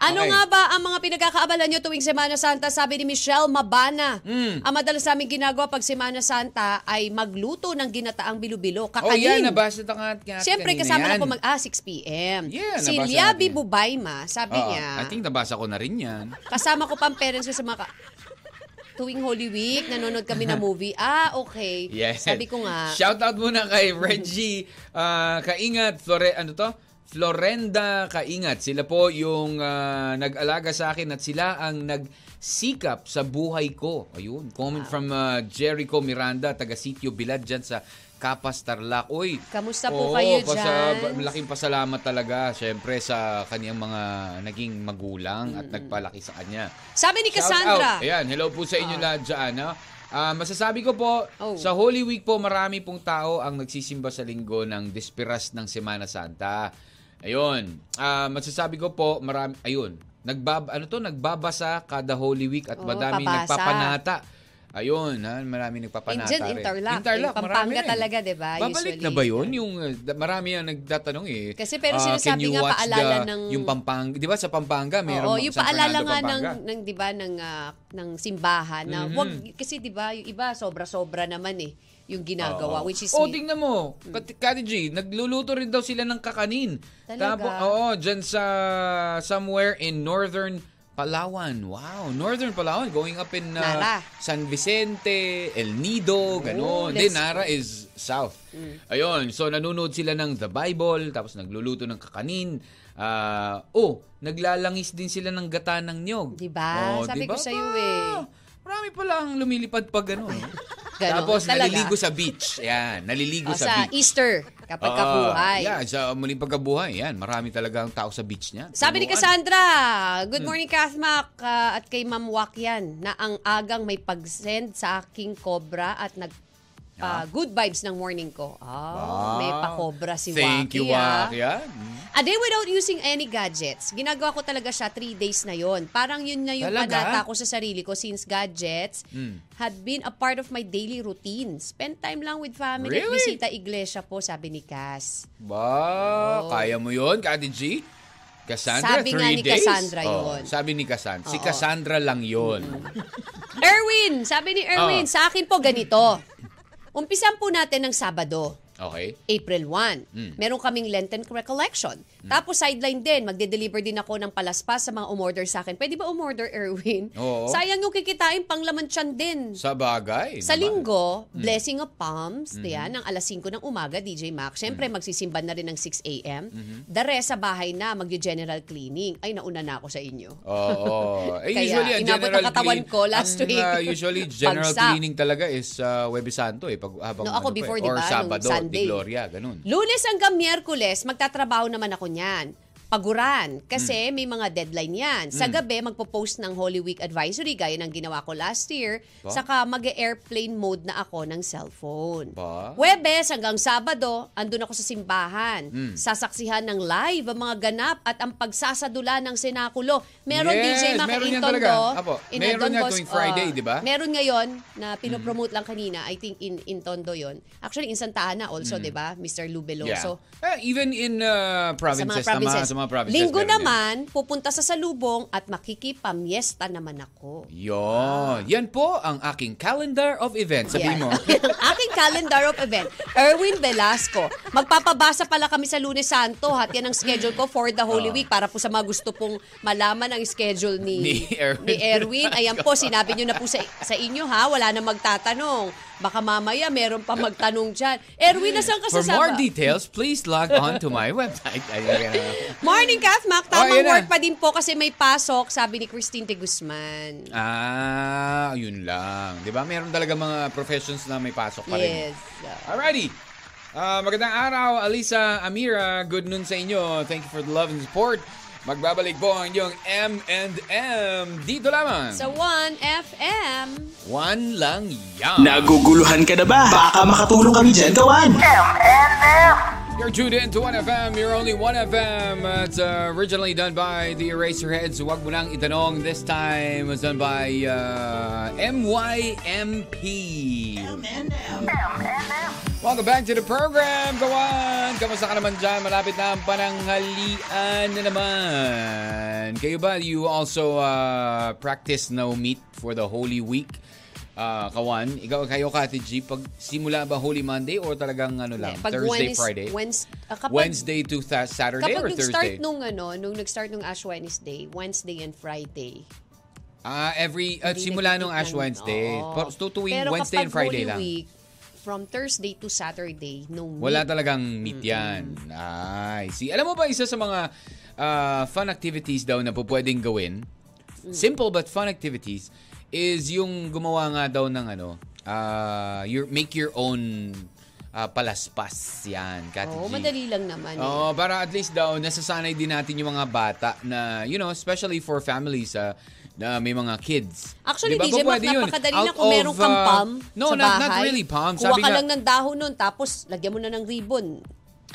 C: ano
B: Okay.
C: nga ba ang mga pinagkakaabalan nyo tuwing Semana Santa? Sabi ni Michelle Mabana.
B: Hmm.
C: Ang madalas namin ginagawa pag Semana Santa ay magluto ng ginataang
B: oh,
C: bilubilo.
B: yan,
C: Kakanin.
B: nabasa na nga nga
C: Siyempre,
B: kanina
C: kasama
B: yan.
C: na po mag... Ah, 6 p.m.
B: Yeah,
C: si
B: nabasa
C: Liabi
B: natin yan.
C: Bubayma, sabi
B: Oo,
C: niya,
B: I think nabasa ko na rin yan.
C: kasama ko pa ang parents ko sa mga... ka- Tuwing Holy Week, nanonood kami ng movie. Ah, okay.
B: Yes.
C: Sabi ko nga,
B: Shout out muna kay Reggie ah, Kaingat Flore, ano to? Florenda Kaingat. Sila po yung ah, nag-alaga sa akin at sila ang nagsikap sa buhay ko. Ayun, comment from ah, Jericho Miranda, taga Sitio Bilad dyan sa Kapas Tarlac. Uy,
C: Kamusta po kayo
B: pasa-
C: dyan?
B: malaking pasalamat talaga, syempre, sa kaniyang mga naging magulang at nagpalaki sa kanya.
C: Sabi ni
B: Shout
C: Cassandra.
B: out. Ayan, hello po sa inyo lahat dyan. Ha? Ah, masasabi ko po,
C: Oh.
B: sa Holy Week po, marami pong tao ang nagsisimba sa linggo ng Despiras ng Semana Santa. Ayun, ah, masasabi ko po, marami, ayun, nagbab, ano to, nagbabasa kada Holy Week at
C: Oo,
B: madami
C: papasa.
B: nagpapanata. Ayun, ha, marami nagpapanata
C: Andyan,
B: rin.
C: Interlac. Yung
B: marami
C: Pampanga
B: rin.
C: talaga, di ba?
B: Babalik
C: Usually.
B: na ba yun? Yung, uh, da- marami ang nagtatanong eh.
C: Kasi pero
B: Ah, can
C: sinasabi
B: you
C: nga
B: watch
C: paalala
B: the-
C: ng-
B: Yung Pampanga, di ba sa Pampanga, mayroon
C: Oo,
B: mga-
C: oh, yung
B: San
C: paalala
B: Fernando,
C: nga ng,
B: Pampanga. Mm-hmm.
C: ng 'di ba ng ah, ng simbahan na wag kasi 'di ba yung iba sobra-sobra naman eh yung ginagawa
B: Oo.
C: which is
B: Oh,
C: me-
B: tingnan mo. Kati, Kati G, nagluluto rin daw sila ng kakanin.
C: Talaga?
B: Tapos, oo, dyan sa somewhere in northern Palawan. Wow, northern Palawan. Going up in uh,
C: Nara.
B: San Vicente, El Nido, ganon. Then,
C: let's-
B: Nara is south.
C: Mm.
B: Ayun, so nanonood sila ng The Bible, tapos nagluluto ng kakanin. Ah, oh, naglalangis din sila ng gata ng niyog.
C: Di ba?
B: Oh,
C: Diba? Sabi
B: di ba
C: ko sa'yo
B: ba?
C: eh.
B: Marami pala ang lumilipad pa gano'n.
C: Ganon,
B: Tapos
C: talaga.
B: naliligo sa beach. Yan, naliligo
C: oh,
B: sa,
C: sa
B: beach.
C: Easter kapag
B: Oo,
C: kabuhay.
B: Ah, Yeah, sa muling pagkabuhay. Yan, marami talaga ang tao sa beach niya.
C: Sabi ni
B: Tuluan.
C: Cassandra,
B: Hmm.
C: good morning Kathmak ah, at kay Ma'am Wakyan na ang agang may pag-send sa aking cobra at nag pa- good vibes ng morning ko. Ah, may pa-cobra si
B: Thank you,
C: Waki, ah.
B: Waki. ah.
C: A day without using any gadgets. Ginagawa ko talaga siya three days na yon. Parang yun na yung
B: Talaga? Hmm.
C: panata ko sa sarili ko since gadgets had been a part of my daily routine. Spend time lang with family. at
B: Really?
C: Bisita iglesia po, sabi ni Cass.
B: Ba,
C: Oo.
B: kaya mo yun, Kati G? Cassandra,
C: Oh. Sabi
B: three
C: nga ni
B: days?
C: Cassandra
B: Oo,
C: yun.
B: sabi ni Cassandra. Si
C: Oo.
B: Cassandra lang yun.
C: Erwin! Sabi ni Erwin,
B: Oh.
C: sa akin po ganito. Umpisan po natin ng Sabado.
B: Okay.
C: April 1.
B: Hmm.
C: Meron kaming Lenten Recollection. Tapos sideline din, magde-deliver din ako ng palaspas sa mga umorder sa akin. Pwede ba umorder, Erwin?
B: Oo.
C: Sayang yung kikitain, panglaman tiyan din.
B: Sa Hmm. bagay.
C: Sa
B: naman.
C: linggo, Blessing of Palms, yan, ng alas 5 ng umaga, DJ Max. Siyempre,
B: Hmm.
C: magsisimba na rin ng 6 a.m. The rest, sa bahay na, mag-general cleaning. Ay, nauna na ako sa inyo.
B: Oo. Eh,
C: Kaya,
B: usually, ang
C: inabot
B: general
C: ang katawan
B: clean-
C: ko last
B: ang,
C: week.
B: ah, usually, general
C: Bagsak.
B: cleaning talaga is uh, Webe Santo eh. Pag, habang,
C: No,
B: ano pa
C: ako
B: eh,
C: before, di
B: Or
C: ba? Nung
B: Sabado,
C: Sunday.
B: Di Gloria, ganun.
C: Lunes hanggang Miyerkules, magtatrabaho naman ako niyan. Paguran.
B: Hmm.
C: Kasi may mga deadline yan. Sa gabi, magpo-post ng Holy Week Advisory gaya ng ginawa ko last year.
B: Ba?
C: Saka mag-airplane mode na ako ng cellphone.
B: Ba?
C: Huwebes hanggang Sabado, andun ako sa simbahan.
B: Hmm.
C: Sasaksihan ng live ang mga ganap at ang pagsasadula ng senakulo. Meron
B: Yes,
C: DJ
B: meron yan
C: Makinton
B: talaga.
C: do.
B: Apo,
C: in
B: meron
C: Don
B: yan
C: Bosco-
B: tuwing Friday,
C: ah,
B: di ba?
C: Meron ngayon na
B: Mm.
C: pinopromote lang kanina, I think in in Tondo 'yon. Actually in Santa Ana
B: Mm.
C: also, 'di ba? Mr. Lou Beloso.
B: Eh, even in uh,
C: Sa
B: provinces,
C: mga provinces.
B: Naman, sa mga provinces
C: Linggo
B: meron
C: naman, pupunta sa Salubong at makikipamiesta naman ako.
B: Yan. Yun. Yan po ang aking calendar of events. Sabihin mo.
C: Ah. Yan ang aking calendar of event. Erwin Velasco. Magpapabasa pala kami sa Lunes Santo. Hat yan ang schedule ko for the Holy Week para po sa mga gusto pong malaman ang schedule
B: Ah.
C: ni,
B: Ni Erwin
C: ni Erwin. Ayan po, sinabi nyo na po sa, sa inyo ha. Wala na magtatanong. Baka mamaya meron pa magtanong dyan. Erwin, nasan ka
B: For
C: sa
B: more
C: Saba?
B: details, please log on to my website. Ay, ay, ay, ay.
C: Morning, Kathmak.
B: Oh,
C: Tamang
B: ayan na.
C: work pa din po kasi may pasok, sabi ni Christine de Guzman.
B: ah, yun lang. Di ba? Meron talaga mga professions na may pasok pa rin.
C: Yes.
B: Alrighty. Ah, magandang araw, Alisa Amira. Good noon sa inyo. Thank you for the love and support. Magbabalik po ang inyong M&M dito lamang.
C: Sa 1FM.
B: One lang yan.
A: Naguguluhan ka na ba? Baka makatulong kami dyan gawan.
B: You're tuned in to 1FM, you're only 1FM. Uh, It's uh, originally done by the Eraserheads. Huwag mo nang itanong. This time, it's done by uh, MYMP. Welcome back to the program, Kawan! Kamusta ka naman dyan? Malapit na ang pananghalian na naman. Kayo ba, you also uh, practice no meat for the Holy Week? Uh, Kawan, ikaw, kayo, Kati G, pag simula ba Holy Monday or talagang ano lang,
C: Hindi, pag
B: Thursday,
C: Wednes-
B: Friday?
C: Wednes- ah, kapag-
B: Wednesday to tha- Saturday
C: Kapag
B: or
C: nag-start
B: Thursday?
C: nung ano, nung nag-start nung Ash Wednesday, Wednesday and Friday.
B: Ah, every, at
C: Hindi
B: simula nung
C: nagtitip
B: Ash
C: ng-
B: Wednesday.
C: Oo.
B: Pero mm-hmm. tutuwing
C: Pero
B: Wednesday
C: kapag
B: and Friday
C: Holy
B: lang.
C: Week, from Thursday to Saturday. No
B: Wala
C: meat.
B: talagang meat yan. Ay, see. Alam mo ba, isa sa mga ah, fun activities daw na po pwedeng gawin, simple but fun activities, is yung gumawa nga daw ng ano, ah, your, make your own ah, palaspas yan, Kati
C: Oo,
B: G.
C: madali lang naman. eh.
B: Oo, para at least daw, nasasanay din natin yung mga bata na, you know, especially for families ah, na may mga kids.
C: Actually,
B: Di ba?
C: DJ
B: Pa-
C: Mac,
B: pwede yun.
C: napakadali na
B: Out
C: kung
B: of,
C: meron kang
B: ah,
C: palm
B: no,
C: sa
B: not,
C: bahay.
B: not really palm.
C: Kuha
B: Sabi
C: ka
B: nga-
C: lang ng dahon nun, tapos lagyan mo na ng ribbon.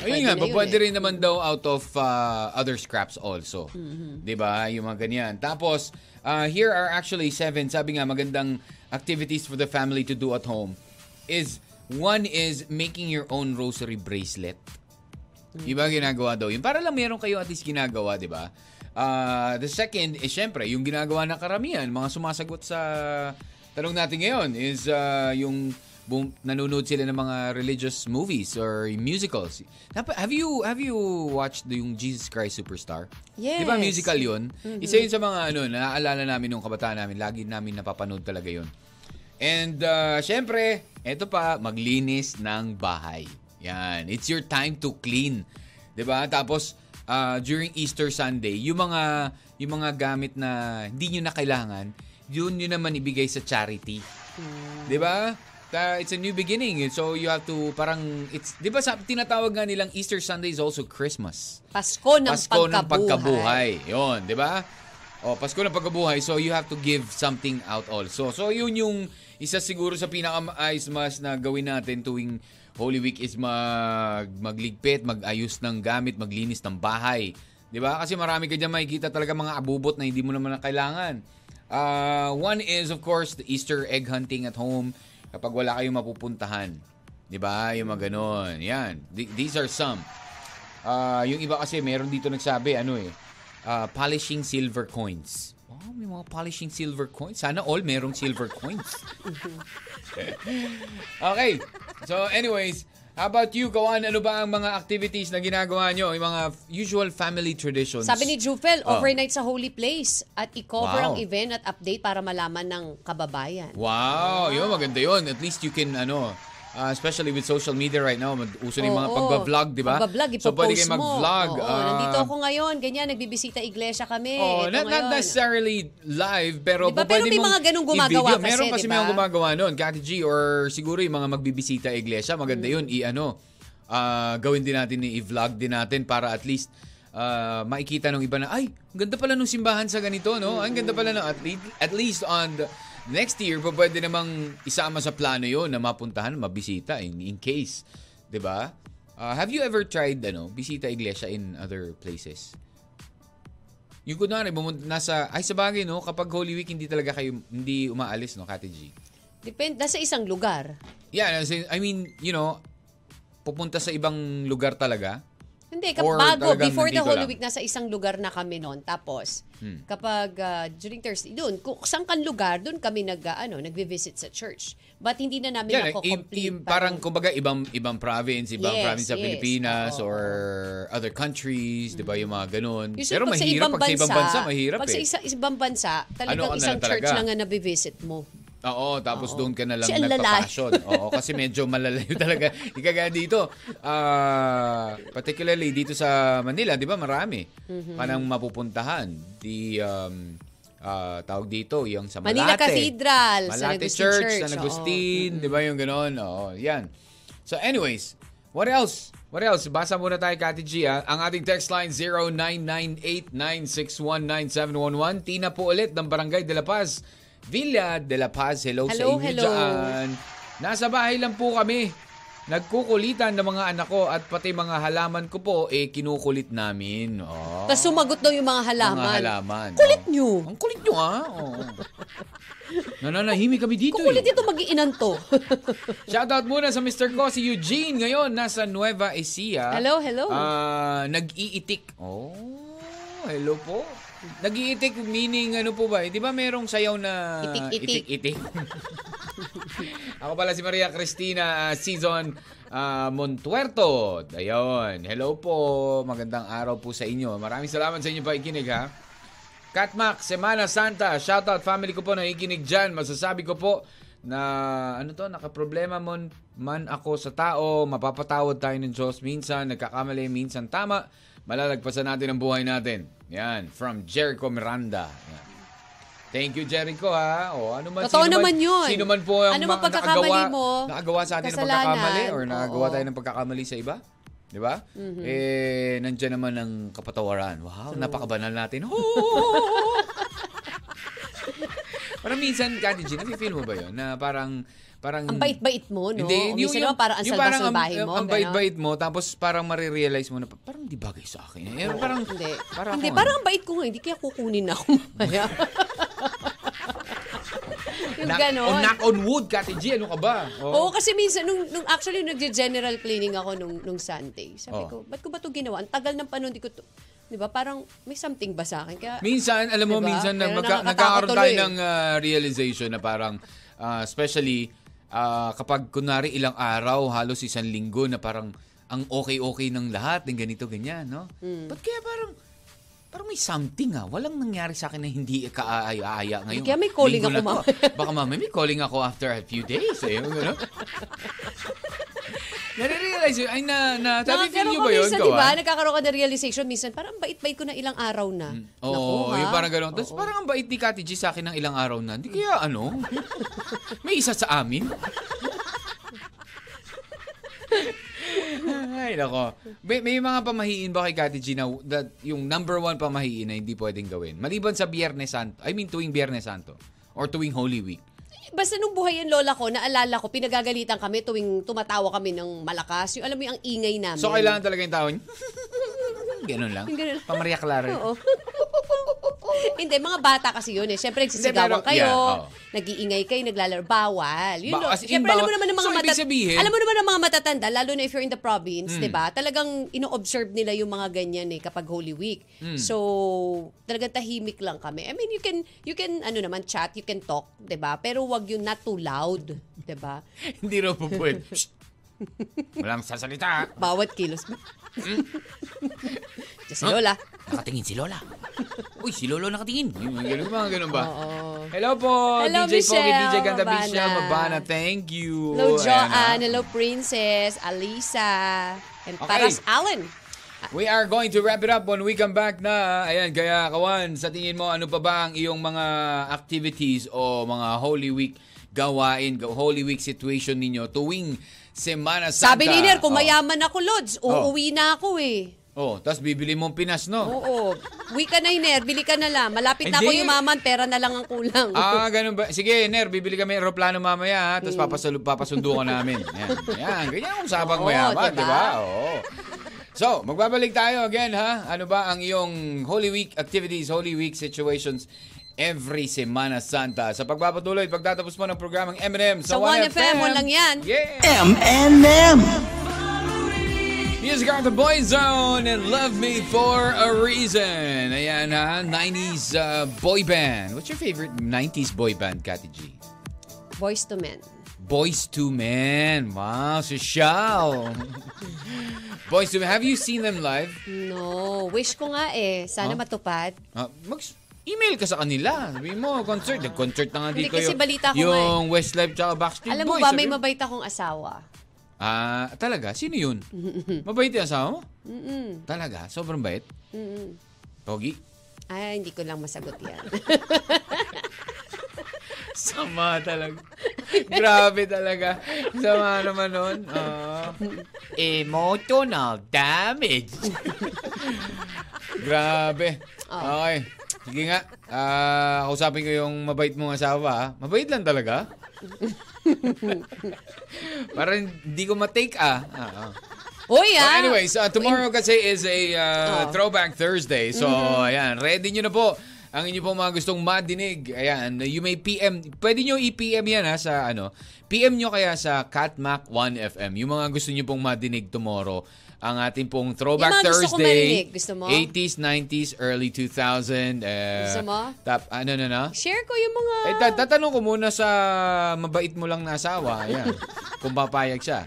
B: Ayun nga,
C: na
B: ba,
C: yun
B: pwede
C: eh.
B: rin naman daw out of uh, other scraps also.
C: Mm-hmm.
B: 'Di ba? Yung mga ganyan. Tapos, uh, here are actually seven, sabi nga magandang activities for the family to do at home is one is making your own rosary bracelet. Iba ginagawa daw yun. Para lang meron kayo at least ginagawa, di ba? Ah, the second is syempre, yung ginagawa ng karamihan, mga sumasagot sa tanong natin ngayon is ah, yung bum- nanonood sila ng mga religious movies or musicals. Nap- Have you have you watched the- yung Jesus Christ Superstar? Di ba
C: Yes.
B: musical yun? Isa yun sa mga ano, naaalala namin nung kabataan namin. Lagi namin napapanood talaga yun. And uh, syempre, eto pa, maglinis ng bahay. Yan, it's your time to clean. 'Di ba? Tapos uh, during Easter Sunday, yung mga yung mga gamit na hindi nyo na kailangan, yun yun naman ibigay sa charity. 'Di ba? Ta- It's a new beginning. So you have to parang it's 'di ba sa tinatawag nga nilang Easter Sunday is also Christmas.
C: Pasko ng
B: Pasko
C: pagkabuhay.
B: ng pagkabuhay. Yun, di ba? O, Pasko ng pagkabuhay. So, you have to give something out also. So, yun yung isa siguro sa pinaka-ayos mas na gawin natin tuwing Holy Week is mag, magligpit, magayos ng gamit, maglinis ng bahay. Di ba? Kasi marami ka dyan makikita talaga mga abubot na hindi mo naman na kailangan. Ah, one is, of course, the Easter egg hunting at home kapag wala kayong mapupuntahan. Di ba? Yung mga ganun. Yan. Th- these are some. Ah, yung iba kasi meron dito nagsabi ano eh ah, polishing silver coins. Wow, may mga polishing silver coins. Sana all merong silver coins. okay. So anyways, how about you, Kawan? Ano ba ang mga activities na ginagawa nyo? Yung mga usual family traditions?
C: Sabi ni Jufel,
B: Oh.
C: overnight sa Holy Place at i-cover
B: Wow.
C: ang event at update para malaman ng kababayan.
B: Wow, yun maganda yun. At least you can ano, ah, especially with social media right now, mag- uso na yung mga
C: Oo.
B: pagba-vlog, di ba?
C: Pagbablog,
B: So
C: ipopost
B: pwede kayo
C: mo.
B: mag-vlog.
C: Oo,
B: ah,
C: nandito ako ngayon, ganyan, nagbibisita iglesia kami.
B: Oh,
C: Ito
B: not, not
C: ngayon.
B: necessarily live, pero po
C: Diba? Pero
B: pwede
C: may
B: mong
C: mga ganung gumagawa
B: i-video.
C: kasi,
B: Meron kasi
C: diba?
B: may mga gumagawa nun, Kati G, or siguro yung mga magbibisita iglesia, maganda yun,
C: Mm.
B: i-ano, ah, gawin din natin, i-vlog din natin para at least ah, makikita ng iba na, ay, ang ganda pala nung simbahan sa ganito, no? Ang ganda pala na, at, le- at least on the, next year, po pwede namang isama sa plano yon na mapuntahan, mabisita in, in case, 'di ba? Ah, have you ever tried ano, bisita iglesia in other places? Yung kunwari, bumunta, nasa, ay sa bagay, no? Kapag Holy Week, hindi talaga kayo, hindi umaalis, no, Kati G?
C: Depende, nasa isang lugar.
B: Yeah, as in- I mean, you know, pupunta sa ibang lugar talaga.
C: Hindi, kap-
B: Or
C: bago,
B: talagang
C: before
B: nandito
C: the Holy
B: lang? Hmm.
C: Week, nasa isang lugar na kami noon. Tapos, kapag ah, during Thursday, doon, kung saan kan lugar, doon kami nag, ah, ano, nagbe-visit sa church. But hindi na namin
B: Yeah,
C: ako
B: i-
C: complete.
B: i- eh, parang, kumbaga, ibang, ibang province, ibang
C: Yes,
B: province sa
C: yes.
B: Pilipinas
C: Oo,
B: or other countries, di ba, yung mga ganun.
C: Usually,
B: Pero
C: pag sa
B: mahirap,
C: ibang
B: pag sa ibang bansa, mahirap
C: pag sa
B: eh.
C: isa- ibang bansa, talagang
B: Ano ka na
C: isang
B: lang
C: church
B: talaga?
C: lang nga nabivisit mo.
B: Oo, tapos doon ka na lang
C: Kasi ang lalayo.
B: nagpa-passion. Oo, kasi medyo malalayo talaga. Ikagaya dito, ah, particularly dito sa Manila, di ba marami.
C: Mm-hmm.
B: Panang mapupuntahan. Di, um, ah, tawag dito, yung sa Malate.
C: Manila Cathedral, San
B: Malate
C: Agustin
B: Church,
C: Church,
B: San
C: oo.
B: Agustin, di ba yung ganon? Oo, yan. So anyways, what else? What else? Basa muna tayo, Kati G. ah. Ang ating text line, 0998-961-9711. Tina po ulit ng Barangay de la Paz. Villa de la Paz, hello, sa
C: Hello,
B: inyo
C: hello.
B: dyan. Nasa bahay lang po kami. Nagkukulitan ng mga anak ko at pati mga halaman ko po, eh, kinukulit namin. Oh.
C: Tapos sumagot daw yung mga halaman.
B: Mga halaman.
C: Kulit
B: oh.
C: nyo.
B: Ang kulit nyo, ah. Oh. Nananahimik kami dito,
C: Kukulit
B: eh.
C: dito mag-iinan to.
B: Shoutout muna sa Mr. Ko, si Eugene ngayon nasa Nueva Ecija.
C: Hello, hello.
B: Ah, nag-iitik. Oh, hello po. Nag-iitik meaning ano po ba? Eh, Di ba merong sayaw na
C: Itik-itik.
B: itik-itik? Ako pala si Maria Cristina ah, Season ah, Montuerto. Ayun. Hello po. Magandang araw po sa inyo. Maraming salamat sa inyo pa ikinig ha. Katmak, Semana Santa, shoutout family ko po na ikinig dyan. Masasabi ko po na ano to, nakaproblema mon, man ako sa tao, mapapatawad tayo ng Diyos minsan, nagkakamali minsan tama, malalagpasan natin ang buhay natin. Yan, from Jericho Miranda. Yan. Thank you, Jericho, ha? O, ano man,
C: Totoo
B: sino
C: naman yun.
B: Sino man po ang
C: Ano
B: ma-
C: man pagkakamali
B: nakagawa,
C: mo,
B: nakagawa sa atin ng
C: kasalanan,
B: pagkakamali or nakagawa
C: oo. Mhm.
B: tayo ng pagkakamali sa iba? Di ba? Eh, nandyan naman ang kapatawaran. Wow, napakabanal natin. Oo! parang minsan, Kati G, nafe-feel mo ba yun? Na parang, parang...
C: Ang bait-bait mo, no?
B: Hindi,
C: Hindi, yung, naman parang ang
B: yung parang
C: salbasalbahe
B: ang-
C: mo.
B: Ang
C: ganon.
B: bait-bait mo, tapos parang marirealize mo na, parang di bagay sa akin. Eh, parang,
C: Hindi.
B: parang
C: hindi,
B: ako,
C: parang ang bait ko nga. Hindi kaya kukunin ako mamaya. yung
B: knock,
C: ganon.
B: oh, knock on wood, Kati G, ano ka ba?
C: Oo, kasi minsan, nung, nung actually, nag-general cleaning ako nung, nung Sunday. Sabi
B: Oo.
C: ko, ba't ko ba ito ginawa? Ang tagal ng panahon, di ko to, di ba, parang may something ba sa akin? Kaya,
B: Minsan, alam mo,
C: Diba?
B: minsan na
C: Pero
B: magka-
C: nakakatakot
B: nagkakaroon tayo
C: tuloy.
B: ng ah, realization na parang, ah, especially ah, kapag kunwari ilang araw, halos isang linggo na parang ang okay-okay ng lahat, ng ganito, ganyan, no?
C: Hmm.
B: Ba't kaya parang, parang may something ah. Walang nangyari sa akin na hindi kaaya-aya ngayon.
C: Kaya may calling
B: Linggo
C: ako
B: na to,
C: mamaya.
B: ah. Baka mamaya may calling ako after a few days. Eh, ano? Nare-realize yun. Ay, na, na, tabi feel
C: Nakakaroon
B: niyo
C: ko
B: ba yun?
C: minsan,
B: Kawan?
C: di ba? Nagkakaroon ka ng realization minsan. Parang bait-bait ko na ilang araw na.
B: Mm. Oo,
C: Naku, ha?
B: yung parang gano'n. Tapos
C: Oo.
B: parang ang bait ni Kati G sa akin ng ilang araw na. Hindi kaya ano? May isa sa amin? Ay, nako. May, may mga pamahiin ba kay Kati G na that yung number one pamahiin na hindi pwedeng gawin? Maliban sa Biyernes Santo. I mean, tuwing Biyernes Santo. Or tuwing Holy Week.
C: Basta nung buhay yung lola ko, naalala ko, pinagagalitan kami tuwing tumatawa kami ng malakas. Yung alam mo yung ang ingay namin.
B: So, kailangan talaga yung taon? Ganun lang.
C: Yung Hmm. ganun lang.
B: Pamaria Clara.
C: Oo. Hindi, mga bata kasi yun eh. Siyempre,
B: Hindi,
C: nagsisigawan
B: pero-
C: kayo,
B: yeah, oo.
C: nag-iingay kayo, naglalaro. Bawal. Yun,
B: Ba-
C: lo-
B: as in,
C: Siyempre, alam mo
B: bawal.
C: naman ng mga
B: So, ibig
C: matat-
B: sabihin- Hmm.
C: Alam mo naman ng mga matatanda, lalo na if you're in the province, di ba? Talagang ino-observe nila yung mga ganyan eh kapag Holy Week.
B: Hmm.
C: So, talagang tahimik lang kami. I mean, you can, you can, ano naman, chat, you can talk, di ba? Pero wag yun not too loud, diba? di ba?
B: hindi raw po pwede. Shh! Walang sasalita. ha?
C: Bawat kilos. Diyos si Lola.
D: Ah, Nakatingin si Lola. Uy, si Lolo nakatingin.
B: Yung mga Mm, ganun, mga ganun ba?
C: Oo.
B: Hello po, DJ
C: Hello,
B: Pogi,
C: Michelle
B: DJ Ganda
C: Mabana.
B: Michelle Mabana. Thank you. Ayan,
C: Hello,
B: ah.
C: Joanne. Hello, Princess. Alisa. And
B: Okay.
C: Paras Allen.
B: We are going to wrap it up when we come back na. Ayan, kaya kawan, sa tingin mo, ano pa ba ang iyong mga activities o mga Holy Week gawain, ga- Holy Week situation ninyo tuwing Semana Santa?
C: Sabi ni Ner, kung
B: Oh.
C: mayaman ako, Lods,
B: Oh.
C: uuwi na ako eh.
B: Oh, tas bibili mong Pinas, no?
C: Oo. Uwi ka na, Ner. Bili ka na lang. Malapit na ako
B: Hindi.
C: yumaman. Pera na lang ang kulang.
B: Ah, ganun ba? Sige, Ner, bibili kami aeroplano mamaya, ha? Tapos
C: Hmm.
B: papasalu- papasundo ka namin. Yan, yan. Ganyan ang usapang
C: Oo,
B: mayaman,
C: diba?
B: di ba? Oo. So, magbabalik tayo again, ha? Ano ba ang iyong Holy Week activities, Holy Week situations every Semana Santa? Sa pagpapatuloy, pagtatapos mo ng programang M&M sa,
C: Sa 1FM, walang yan.
B: Yeah!
A: M and M.
B: Music on the Boy Zone and Love Me For A Reason. Ayan ha, 90s uh, boy band. What's your favorite 90s boy band, Kati G?
C: Voice to men.
B: Boys to Men. Wow, social. Boys to Men. Have you seen them live?
C: No. Wish ko nga eh. Sana
B: Huh?
C: matupad.
B: Ah, mag email ka sa kanila. Sabi mo, concert. Nag-concert na nga di
C: Hindi,
B: kayo.
C: kasi balita ko eh.
B: Yung Westlife tsaka Backstreet
C: Alam mo
B: Boys.
C: ba, may
B: sabi-
C: mabait akong asawa.
B: Ah, talaga? Sino yun? mabait yung asawa mo? Talaga? Sobrang bait? Pogi?
C: Ay, hindi ko lang masagot yan.
B: Sama talaga. Grabe talaga. Sama naman nun. Ah.
D: Emotional damage.
B: Grabe.
C: Oh.
B: Okay. Sige nga, Ah, kausapin ko yung mabait mong asawa. ah. Mabait lang talaga. Parang hindi ko ma-take ah. Ah, ah.
C: Uy,
B: Well,
C: ah!
B: anyways, uh, tomorrow kasi is a uh,
C: Oh. Mm-hmm.
B: Throwback Thursday. So, ayan, ready nyo na po ang inyo pong mga gustong madinig. Ayan, you may PM. Pwede nyo i-PM yan ha, sa ano. PM nyo kaya sa Catmac 1FM. Yung mga gusto nyo pong madinig tomorrow. Ang ating pong Throwback
C: Yung mga gusto kong
B: Thursday.
C: marinig. Gusto mo?
B: 80s, 90s, early 2000. eh,
C: Gusto mo?
B: Tap, ano na na?
C: Share ko yung mga...
B: Eh, ta- tatanong ko muna sa mabait mo lang na asawa. Ayan. kung papayag siya.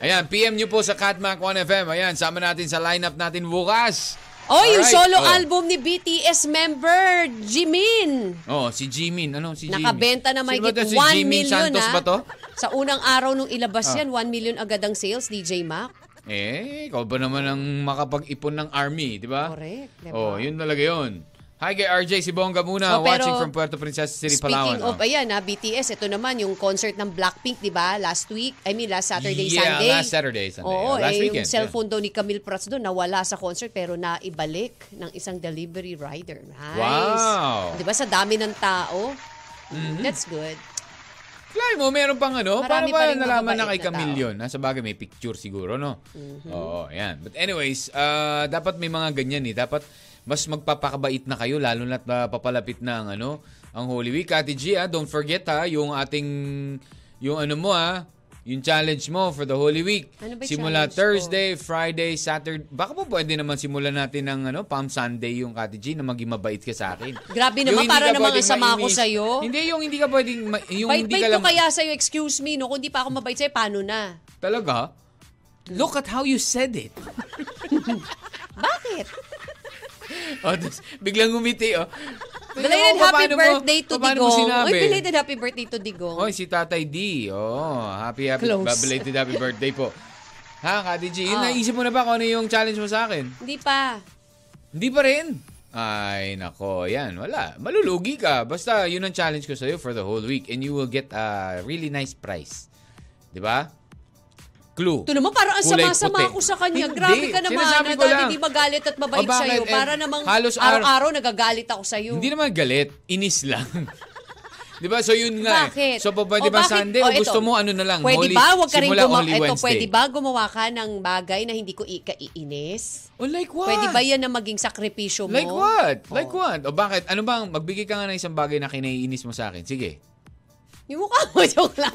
B: Ayan, PM nyo po sa Catmac 1FM. Ayan, sama natin sa lineup natin bukas.
C: Oh, yung
B: Alright,
C: solo
B: oh.
C: album ni BTS member, Jimin.
B: Oh, si Jimin. Ano si Jimin?
C: Nakabenta na may
B: Sino ba to? Si
C: 1
B: Jimin
C: million ah.
B: Santos
C: ha?
B: ba to? Ah.
C: Sa unang araw nung ilabas yan, 1 million agad ang sales, DJ Mac.
B: Eh, ikaw ba naman ang makapag-ipon ng army, di ba?
C: Correct, di ba?
B: Oh, yun talaga yun. Hi kay RJ Sibonga muna,
C: Oh, pero-
B: watching from Puerto Princesa City, Palawan.
C: Speaking of,
B: Oh.
C: ayan ah, ha, BTS, ito naman yung concert ng Blackpink, di ba? Last week, I mean last Saturday,
B: Yeah,
C: Sunday.
B: last Saturday, Sunday. Oh,
C: Oo,
B: last
C: eh,
B: weekend,
C: yung cellphone daw ni Camille Prats doon, nawala sa concert pero naibalik ng isang delivery rider. Nice.
B: Wow. Mm-hmm.
C: Di ba sa dami ng tao? That's good.
B: Fly mo, meron pang ano? Para
C: Marami pa
B: ba
C: rin
B: nalaman na kay
C: mababait na tao. Mm-hmm.
B: Camillion? Nasa bagay, may picture siguro, no? Oo, yan. But anyways, ah, dapat may mga ganyan eh. Dapat mas magpapakabait na kayo, lalo na papalapit na ang ano, ang Holy Week. Ate G, ah, don't forget ha, yung ating, yung ano mo ha, yung challenge mo for the Holy Week.
C: Ano ba yung
B: Simula
C: challenge ko?
B: Thursday, Friday, Saturday. Baka po pwede naman simulan natin ng ano, Palm Sunday yung Ate G na maging mabait ka sa akin.
C: Grabe
B: Yung
C: naman,
B: hindi
C: para
B: ka
C: namang
B: pwedeng
C: sama ako
B: mainis.
C: sa'yo.
B: Hindi, yung hindi ka pwedeng, ma- yung hindi ka
C: Bait-bait ko
B: lang...
C: kaya sa'yo, excuse me, no? Kung di pa ako mabait sa'yo, paano na?
B: Talaga? Look at how you said it.
C: Bakit?
B: oh, tas biglang ngumiti, oh.
C: Belated
B: Tingnan mo,
C: happy
B: paano mo-
C: birthday to
B: paano mo
C: Digong.
B: sinabi?
C: Uy, belated happy birthday to Digong.
B: Oy, si Tatay D. Oh, happy, happy.
C: Close.
B: Belated happy birthday po. Ha, Kati G, yun,
C: Ah.
B: naisip mo na ba kung ano yung challenge mo sa akin?
C: Hindi pa.
B: Hindi pa rin. Ay, nako, yan, wala. Malulugi ka. Basta, yun ang challenge ko sa'yo for the whole week. And you will get a really nice prize. Di ba? Clue.
C: Ito naman, parang ang
B: Kulay
C: sama-sama
B: puti.
C: ako sa kanya.
B: Hindi.
C: Grabe ka naman.
B: Sinasabi
C: Sinasabi
B: ko lang.
C: Hindi magalit at mabait
B: O, bakit?
C: sa'yo.
B: Eh,
C: Para namang
B: halos ar-
C: araw-araw nagagalit ako sa'yo.
B: Hindi naman galit, inis lang. 'Di ba? So yun nga. eh.
C: Bakit?
B: So pa- pwede
C: O,
B: ba
C: bakit?
B: Sunday o
C: O,
B: gusto
C: eto.
B: mo ano na lang?
C: Pwede
B: Holy-
C: ba? Huwag ka rin
B: simula
C: gumawa.
B: Holy
C: Ito,
B: Wednesday.
C: pwede ba gumawa ka ng bagay na hindi ko ikaiinis?
B: O like what?
C: Pwede ba yan na maging sakripisyo mo? Oh.
B: Like what?
C: O.
B: Like what? O bakit? Ano bang magbigay ka nga ng isang bagay na kinaiinis mo sa akin? Sige.
C: Yung mukha mo, joke lang.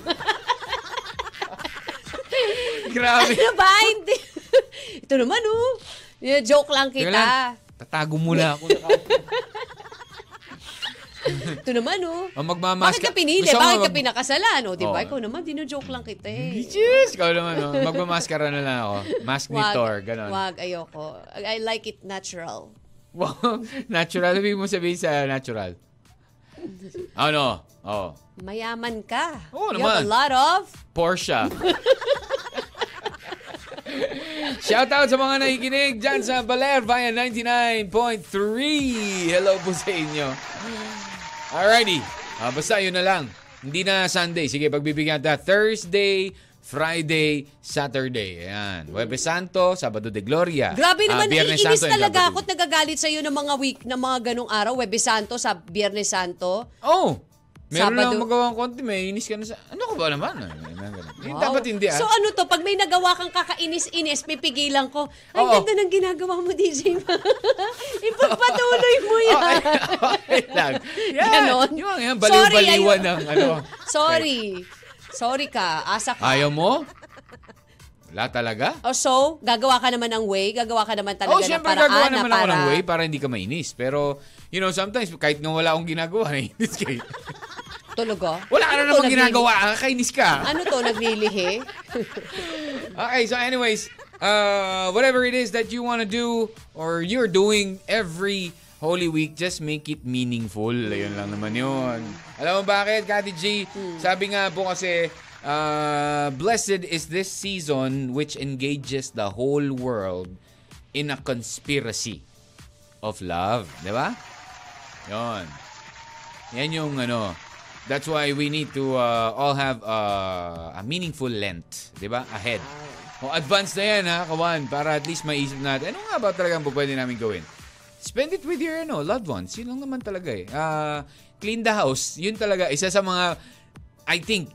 B: Grabe.
C: ano ba? Hindi. Ito naman, oh. Yeah, joke lang
B: Teka
C: kita.
B: lang. Tatago muna ako.
C: Ito naman, oh.
B: O magmamask
C: Bakit ka pinili?
B: Um, Gusto mo
C: Bakit ka
B: mag- Oh.
C: pinakasalan? O, di ba?
B: Oo.
C: Ikaw naman, dino-joke lang kita eh.
B: Bitches! Ikaw naman, no? magmamaskara na lang ako. Mask ni Thor, ganon.
C: Wag, ayoko. I like it natural.
B: Wow. natural. Sabi mo sabihin sa natural. Ano? Oh.
C: Mayaman ka.
B: Oo
C: you have a
B: naman.
C: lot of...
B: Porsche. Shoutout sa mga nakikinig dyan sa Baler via 99.3. Hello po sa inyo. Alrighty. Ah, basta yun na lang. Hindi na Sunday. Sige, pagbibigyan natin. Thursday, Friday, Saturday. Ayan. Huwebes Santo, Sabado de Gloria.
C: Grabe
B: Ah,
C: naman,
B: Biyernes
C: naiinis
B: Santo and
C: talaga
B: Sabado
C: ako at nagagalit sa'yo ng mga week, ng mga ganong araw. Webe Santo sa Biyernes Santo.
B: de- Oh! Meron
C: Sabado.
B: lang magawang konti, may inis ka na sa... Ano ka ba naman? Ay, ay, ay, ay.
C: Wow.
B: Dapat hindi ah.
C: So ano to, pag may nagawa kang kakainis-inis, pipigilan ko. Ay,
B: Oo.
C: ganda ng ginagawa mo, DJ. Ipagpatuloy mo yan.
B: Ay, okay lang. Yan.
C: Ganon.
B: Yung mga yan,
C: Sorry,
B: baliw-baliwan
C: ayun.
B: ng ano.
C: Sorry. Sorry ka. Asa ka.
B: Ayaw mo? Wala talaga?
C: O so, gagawa ka naman ng way, gagawa ka naman talaga
B: oh,
C: ng
B: siyempre
C: paraan
B: gagawa
C: na
B: naman
C: para...
B: ako ng way para hindi ka mainis. Pero, you know, sometimes kahit na wala akong ginagawa, nainis ka. eh.
C: Tulog oh.
B: Wala ka na
C: Ano to,
B: namang
C: naglilihi?
B: ginagawa, ah, kainis ka.
C: Ano to, naglilihi?
B: Okay, so anyways, uh, whatever it is that you want to do or you're doing every Holy Week, just make it meaningful. Ayun lang naman yun. Alam mo bakit, Kati G? Sabi nga po kasi, uh, blessed is this season which engages the whole world in a conspiracy of love. Di ba? Yun. Yan yung ano. That's why we need to uh, all have uh, a meaningful Lent, di ba? Ahead. O advance na yan ha, kawan, para at least maisip natin. Ano nga ba talaga ang pwede namin gawin? Spend it with your ano, loved ones. Yun lang naman talaga eh. Ah, clean the house. Yun talaga. Isa sa mga, I think,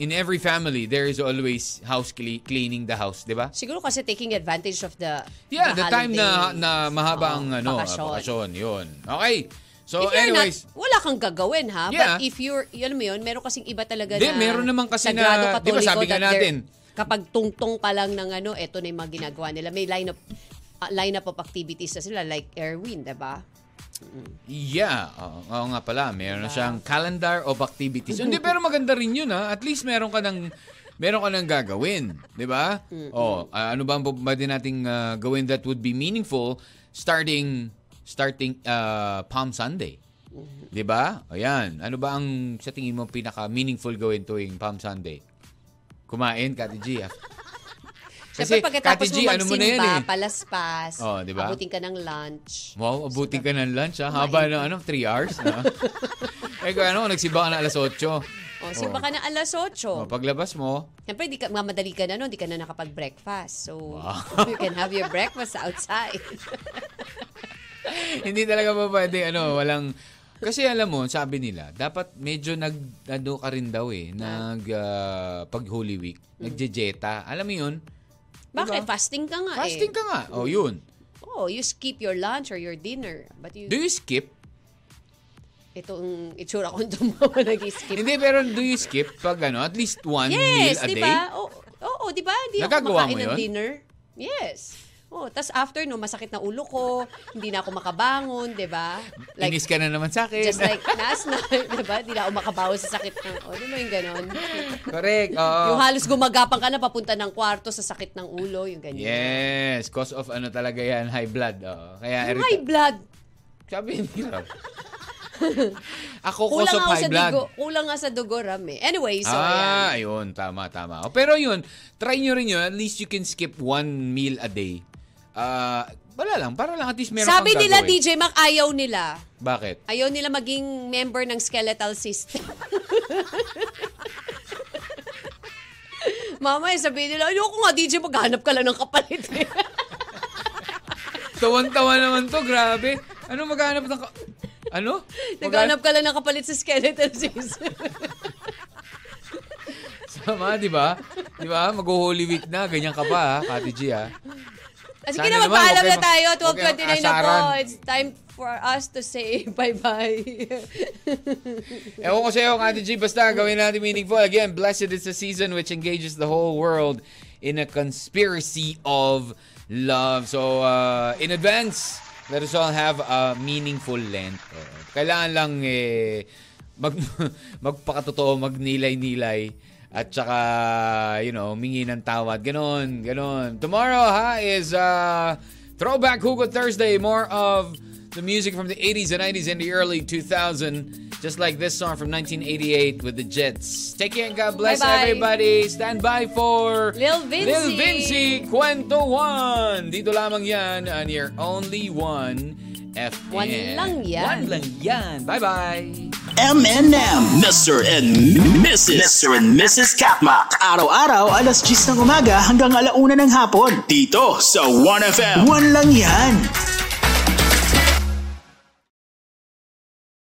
B: in every family, there is always house cle- cleaning the house, di ba?
C: Siguro kasi taking advantage of the
B: Yeah, the time na
C: holidays.
B: na mahaba
C: Oo,
B: ang ano,
C: bakasyon.
B: bakasyon. Yun. Okay. So
C: if you're
B: anyways,
C: not, wala kang gagawin ha.
B: Yeah.
C: But if you're, yun mo yun, meron kasing iba talaga
B: Hindi,
C: na...
B: meron naman kasi na-
C: Sagrado
B: di ba
C: Katoliko
B: sabi nga
C: that they're-
B: natin?
C: Kapag tungtong pa lang ng ano, eto na yung mga ginagawa nila. May line up, ah, line up of activities na sila like Erwin, di ba?
B: Yeah, oo, oo nga
C: Diba?
B: pala. ah. Meron siyang calendar of activities. Hindi, pero maganda rin yun ha. At least meron ka ng meron ka nang gagawin. Di ba? Oh, ah, ano ba ang pwede nating ah, gawin that would be meaningful starting starting ah, Palm Sunday?
C: Mm-hmm.
B: Di ba? O yan. Ano ba ang sa tingin mo pinaka-meaningful gawin tuwing Palm Sunday? Kumain, Kati G. ah.
C: Siyempre, pagkatapos
B: Kati G,
C: mo
B: ano mo na yan
C: magsimba,
B: eh.
C: palaspas,
B: Oh, di ba?
C: abutin ka ng lunch.
B: Wow, abutin ka ng lunch ha. Haba na ano, 3 hours na. eh kung ano, nagsimba ka na alas 8.
C: O, simba ka Oh, na alas 8.
B: Oh, paglabas mo,
C: Siyempre, di ka, mamadali ka na noon, di ka na nakapag-breakfast. So,
B: Wow.
C: you can have your breakfast outside.
B: hindi talaga pa pwede, ano, walang... Kasi alam mo, sabi nila, dapat medyo nag, ano ka rin daw eh, nag, ah, pag Holy Week,
C: Mm.
B: nagjejeta. Alam mo yun?
C: Bakit? Fasting ka nga
B: Fasting
C: eh.
B: ka nga. Oh, yun.
C: Oh, you skip your lunch or your dinner. But you,
B: Do you skip?
C: itong itsura ko tumawa nag-skip.
B: Hindi, pero do you skip pag ano, at least one meal
C: Yes,
B: a
C: di
B: day?
C: ba? Oo, oh, di ba? Hindi ako
B: Nagagawa
C: kumakain
B: mo
C: ng
B: yun?
C: dinner. Yes. Oh, tas after no, masakit na ulo ko, hindi na ako makabangon, di ba? Like,
B: Inis ka na naman sa akin.
C: just like last night, di ba? Hindi na ako makabawi sa sakit ng, oh, di ba yung ganon?
B: Correct. oo.
C: Yung halos gumagapang ka na papunta ng kwarto sa sakit ng ulo, yung ganyan.
B: Yes, cause of ano talaga yan, high blood. oo. Kaya
C: Yung
B: irrita-
C: high blood.
B: Sabi ni Rob. Ako ko
C: Kulang
B: sa
C: nga ako
B: high
C: sa
B: blood.
C: dugo. Kulang nga sa dugo, Ram, eh. Anyway, so,
B: ah,
C: ayan.
B: ayun. Tama, tama. O, pero yun, try nyo rin yun. At least you can skip one meal a day. Ah, wala lang. Para lang at least meron
C: Sabi
B: kang
C: nila,
B: gagawin.
C: DJ Mac, ayaw nila.
B: Bakit?
C: Ayaw nila maging member ng skeletal system. Mama, eh, sabihin nila, ayoko nga, DJ, maghanap ka lang ng kapalit.
B: Diba? Tawan-tawa naman to. Grabe. Ano maghanap ng... Ka- ano?
C: Naghanap ka lang ng kapalit sa skeletal system.
B: Sama, di ba? Di ba? Mag-Holy Week na. Ganyan ka pa, ha? Kati G, ah. ha?
C: At sige
B: Sana
C: na,
B: naman,
C: magpaalam
B: huwag
C: na
B: kayo
C: tayo.
B: ma- huwag kayong
C: 12.29 na po.
B: asaran.
C: It's time for us to say bye-bye.
B: Ewan ko sa'yo, Kati G, basta gawin natin meaningful. Again, blessed is the season which engages the whole world in a conspiracy of love. So, uh, in advance, let us all have a meaningful Lent. Oo. Kailangan lang eh, mag, magpakatotoo, magnilay-nilay. At saka, you know, mingi ng tawad. Ganon, ganon. Tomorrow, ha, is uh, Throwback Hugot Thursday. More of the music from the 80s and 90s and the early 2000s, just like this song from 1988 with the Jets. Take care and God bless
C: Bye-bye.
B: everybody. Stand by for
C: Lil Vinci.
B: Lil Vinci Kwento One. Dito lamang yan on your only one FM.
C: One lang yan.
B: One lang yan. Bye-bye.
E: M&M.
A: Mr. and Mrs. Mr. and Mrs. Katma.
F: Araw-araw, alas 10 ng umaga hanggang alauna ng hapon.
A: Dito sa 1FM.
F: One lang yan.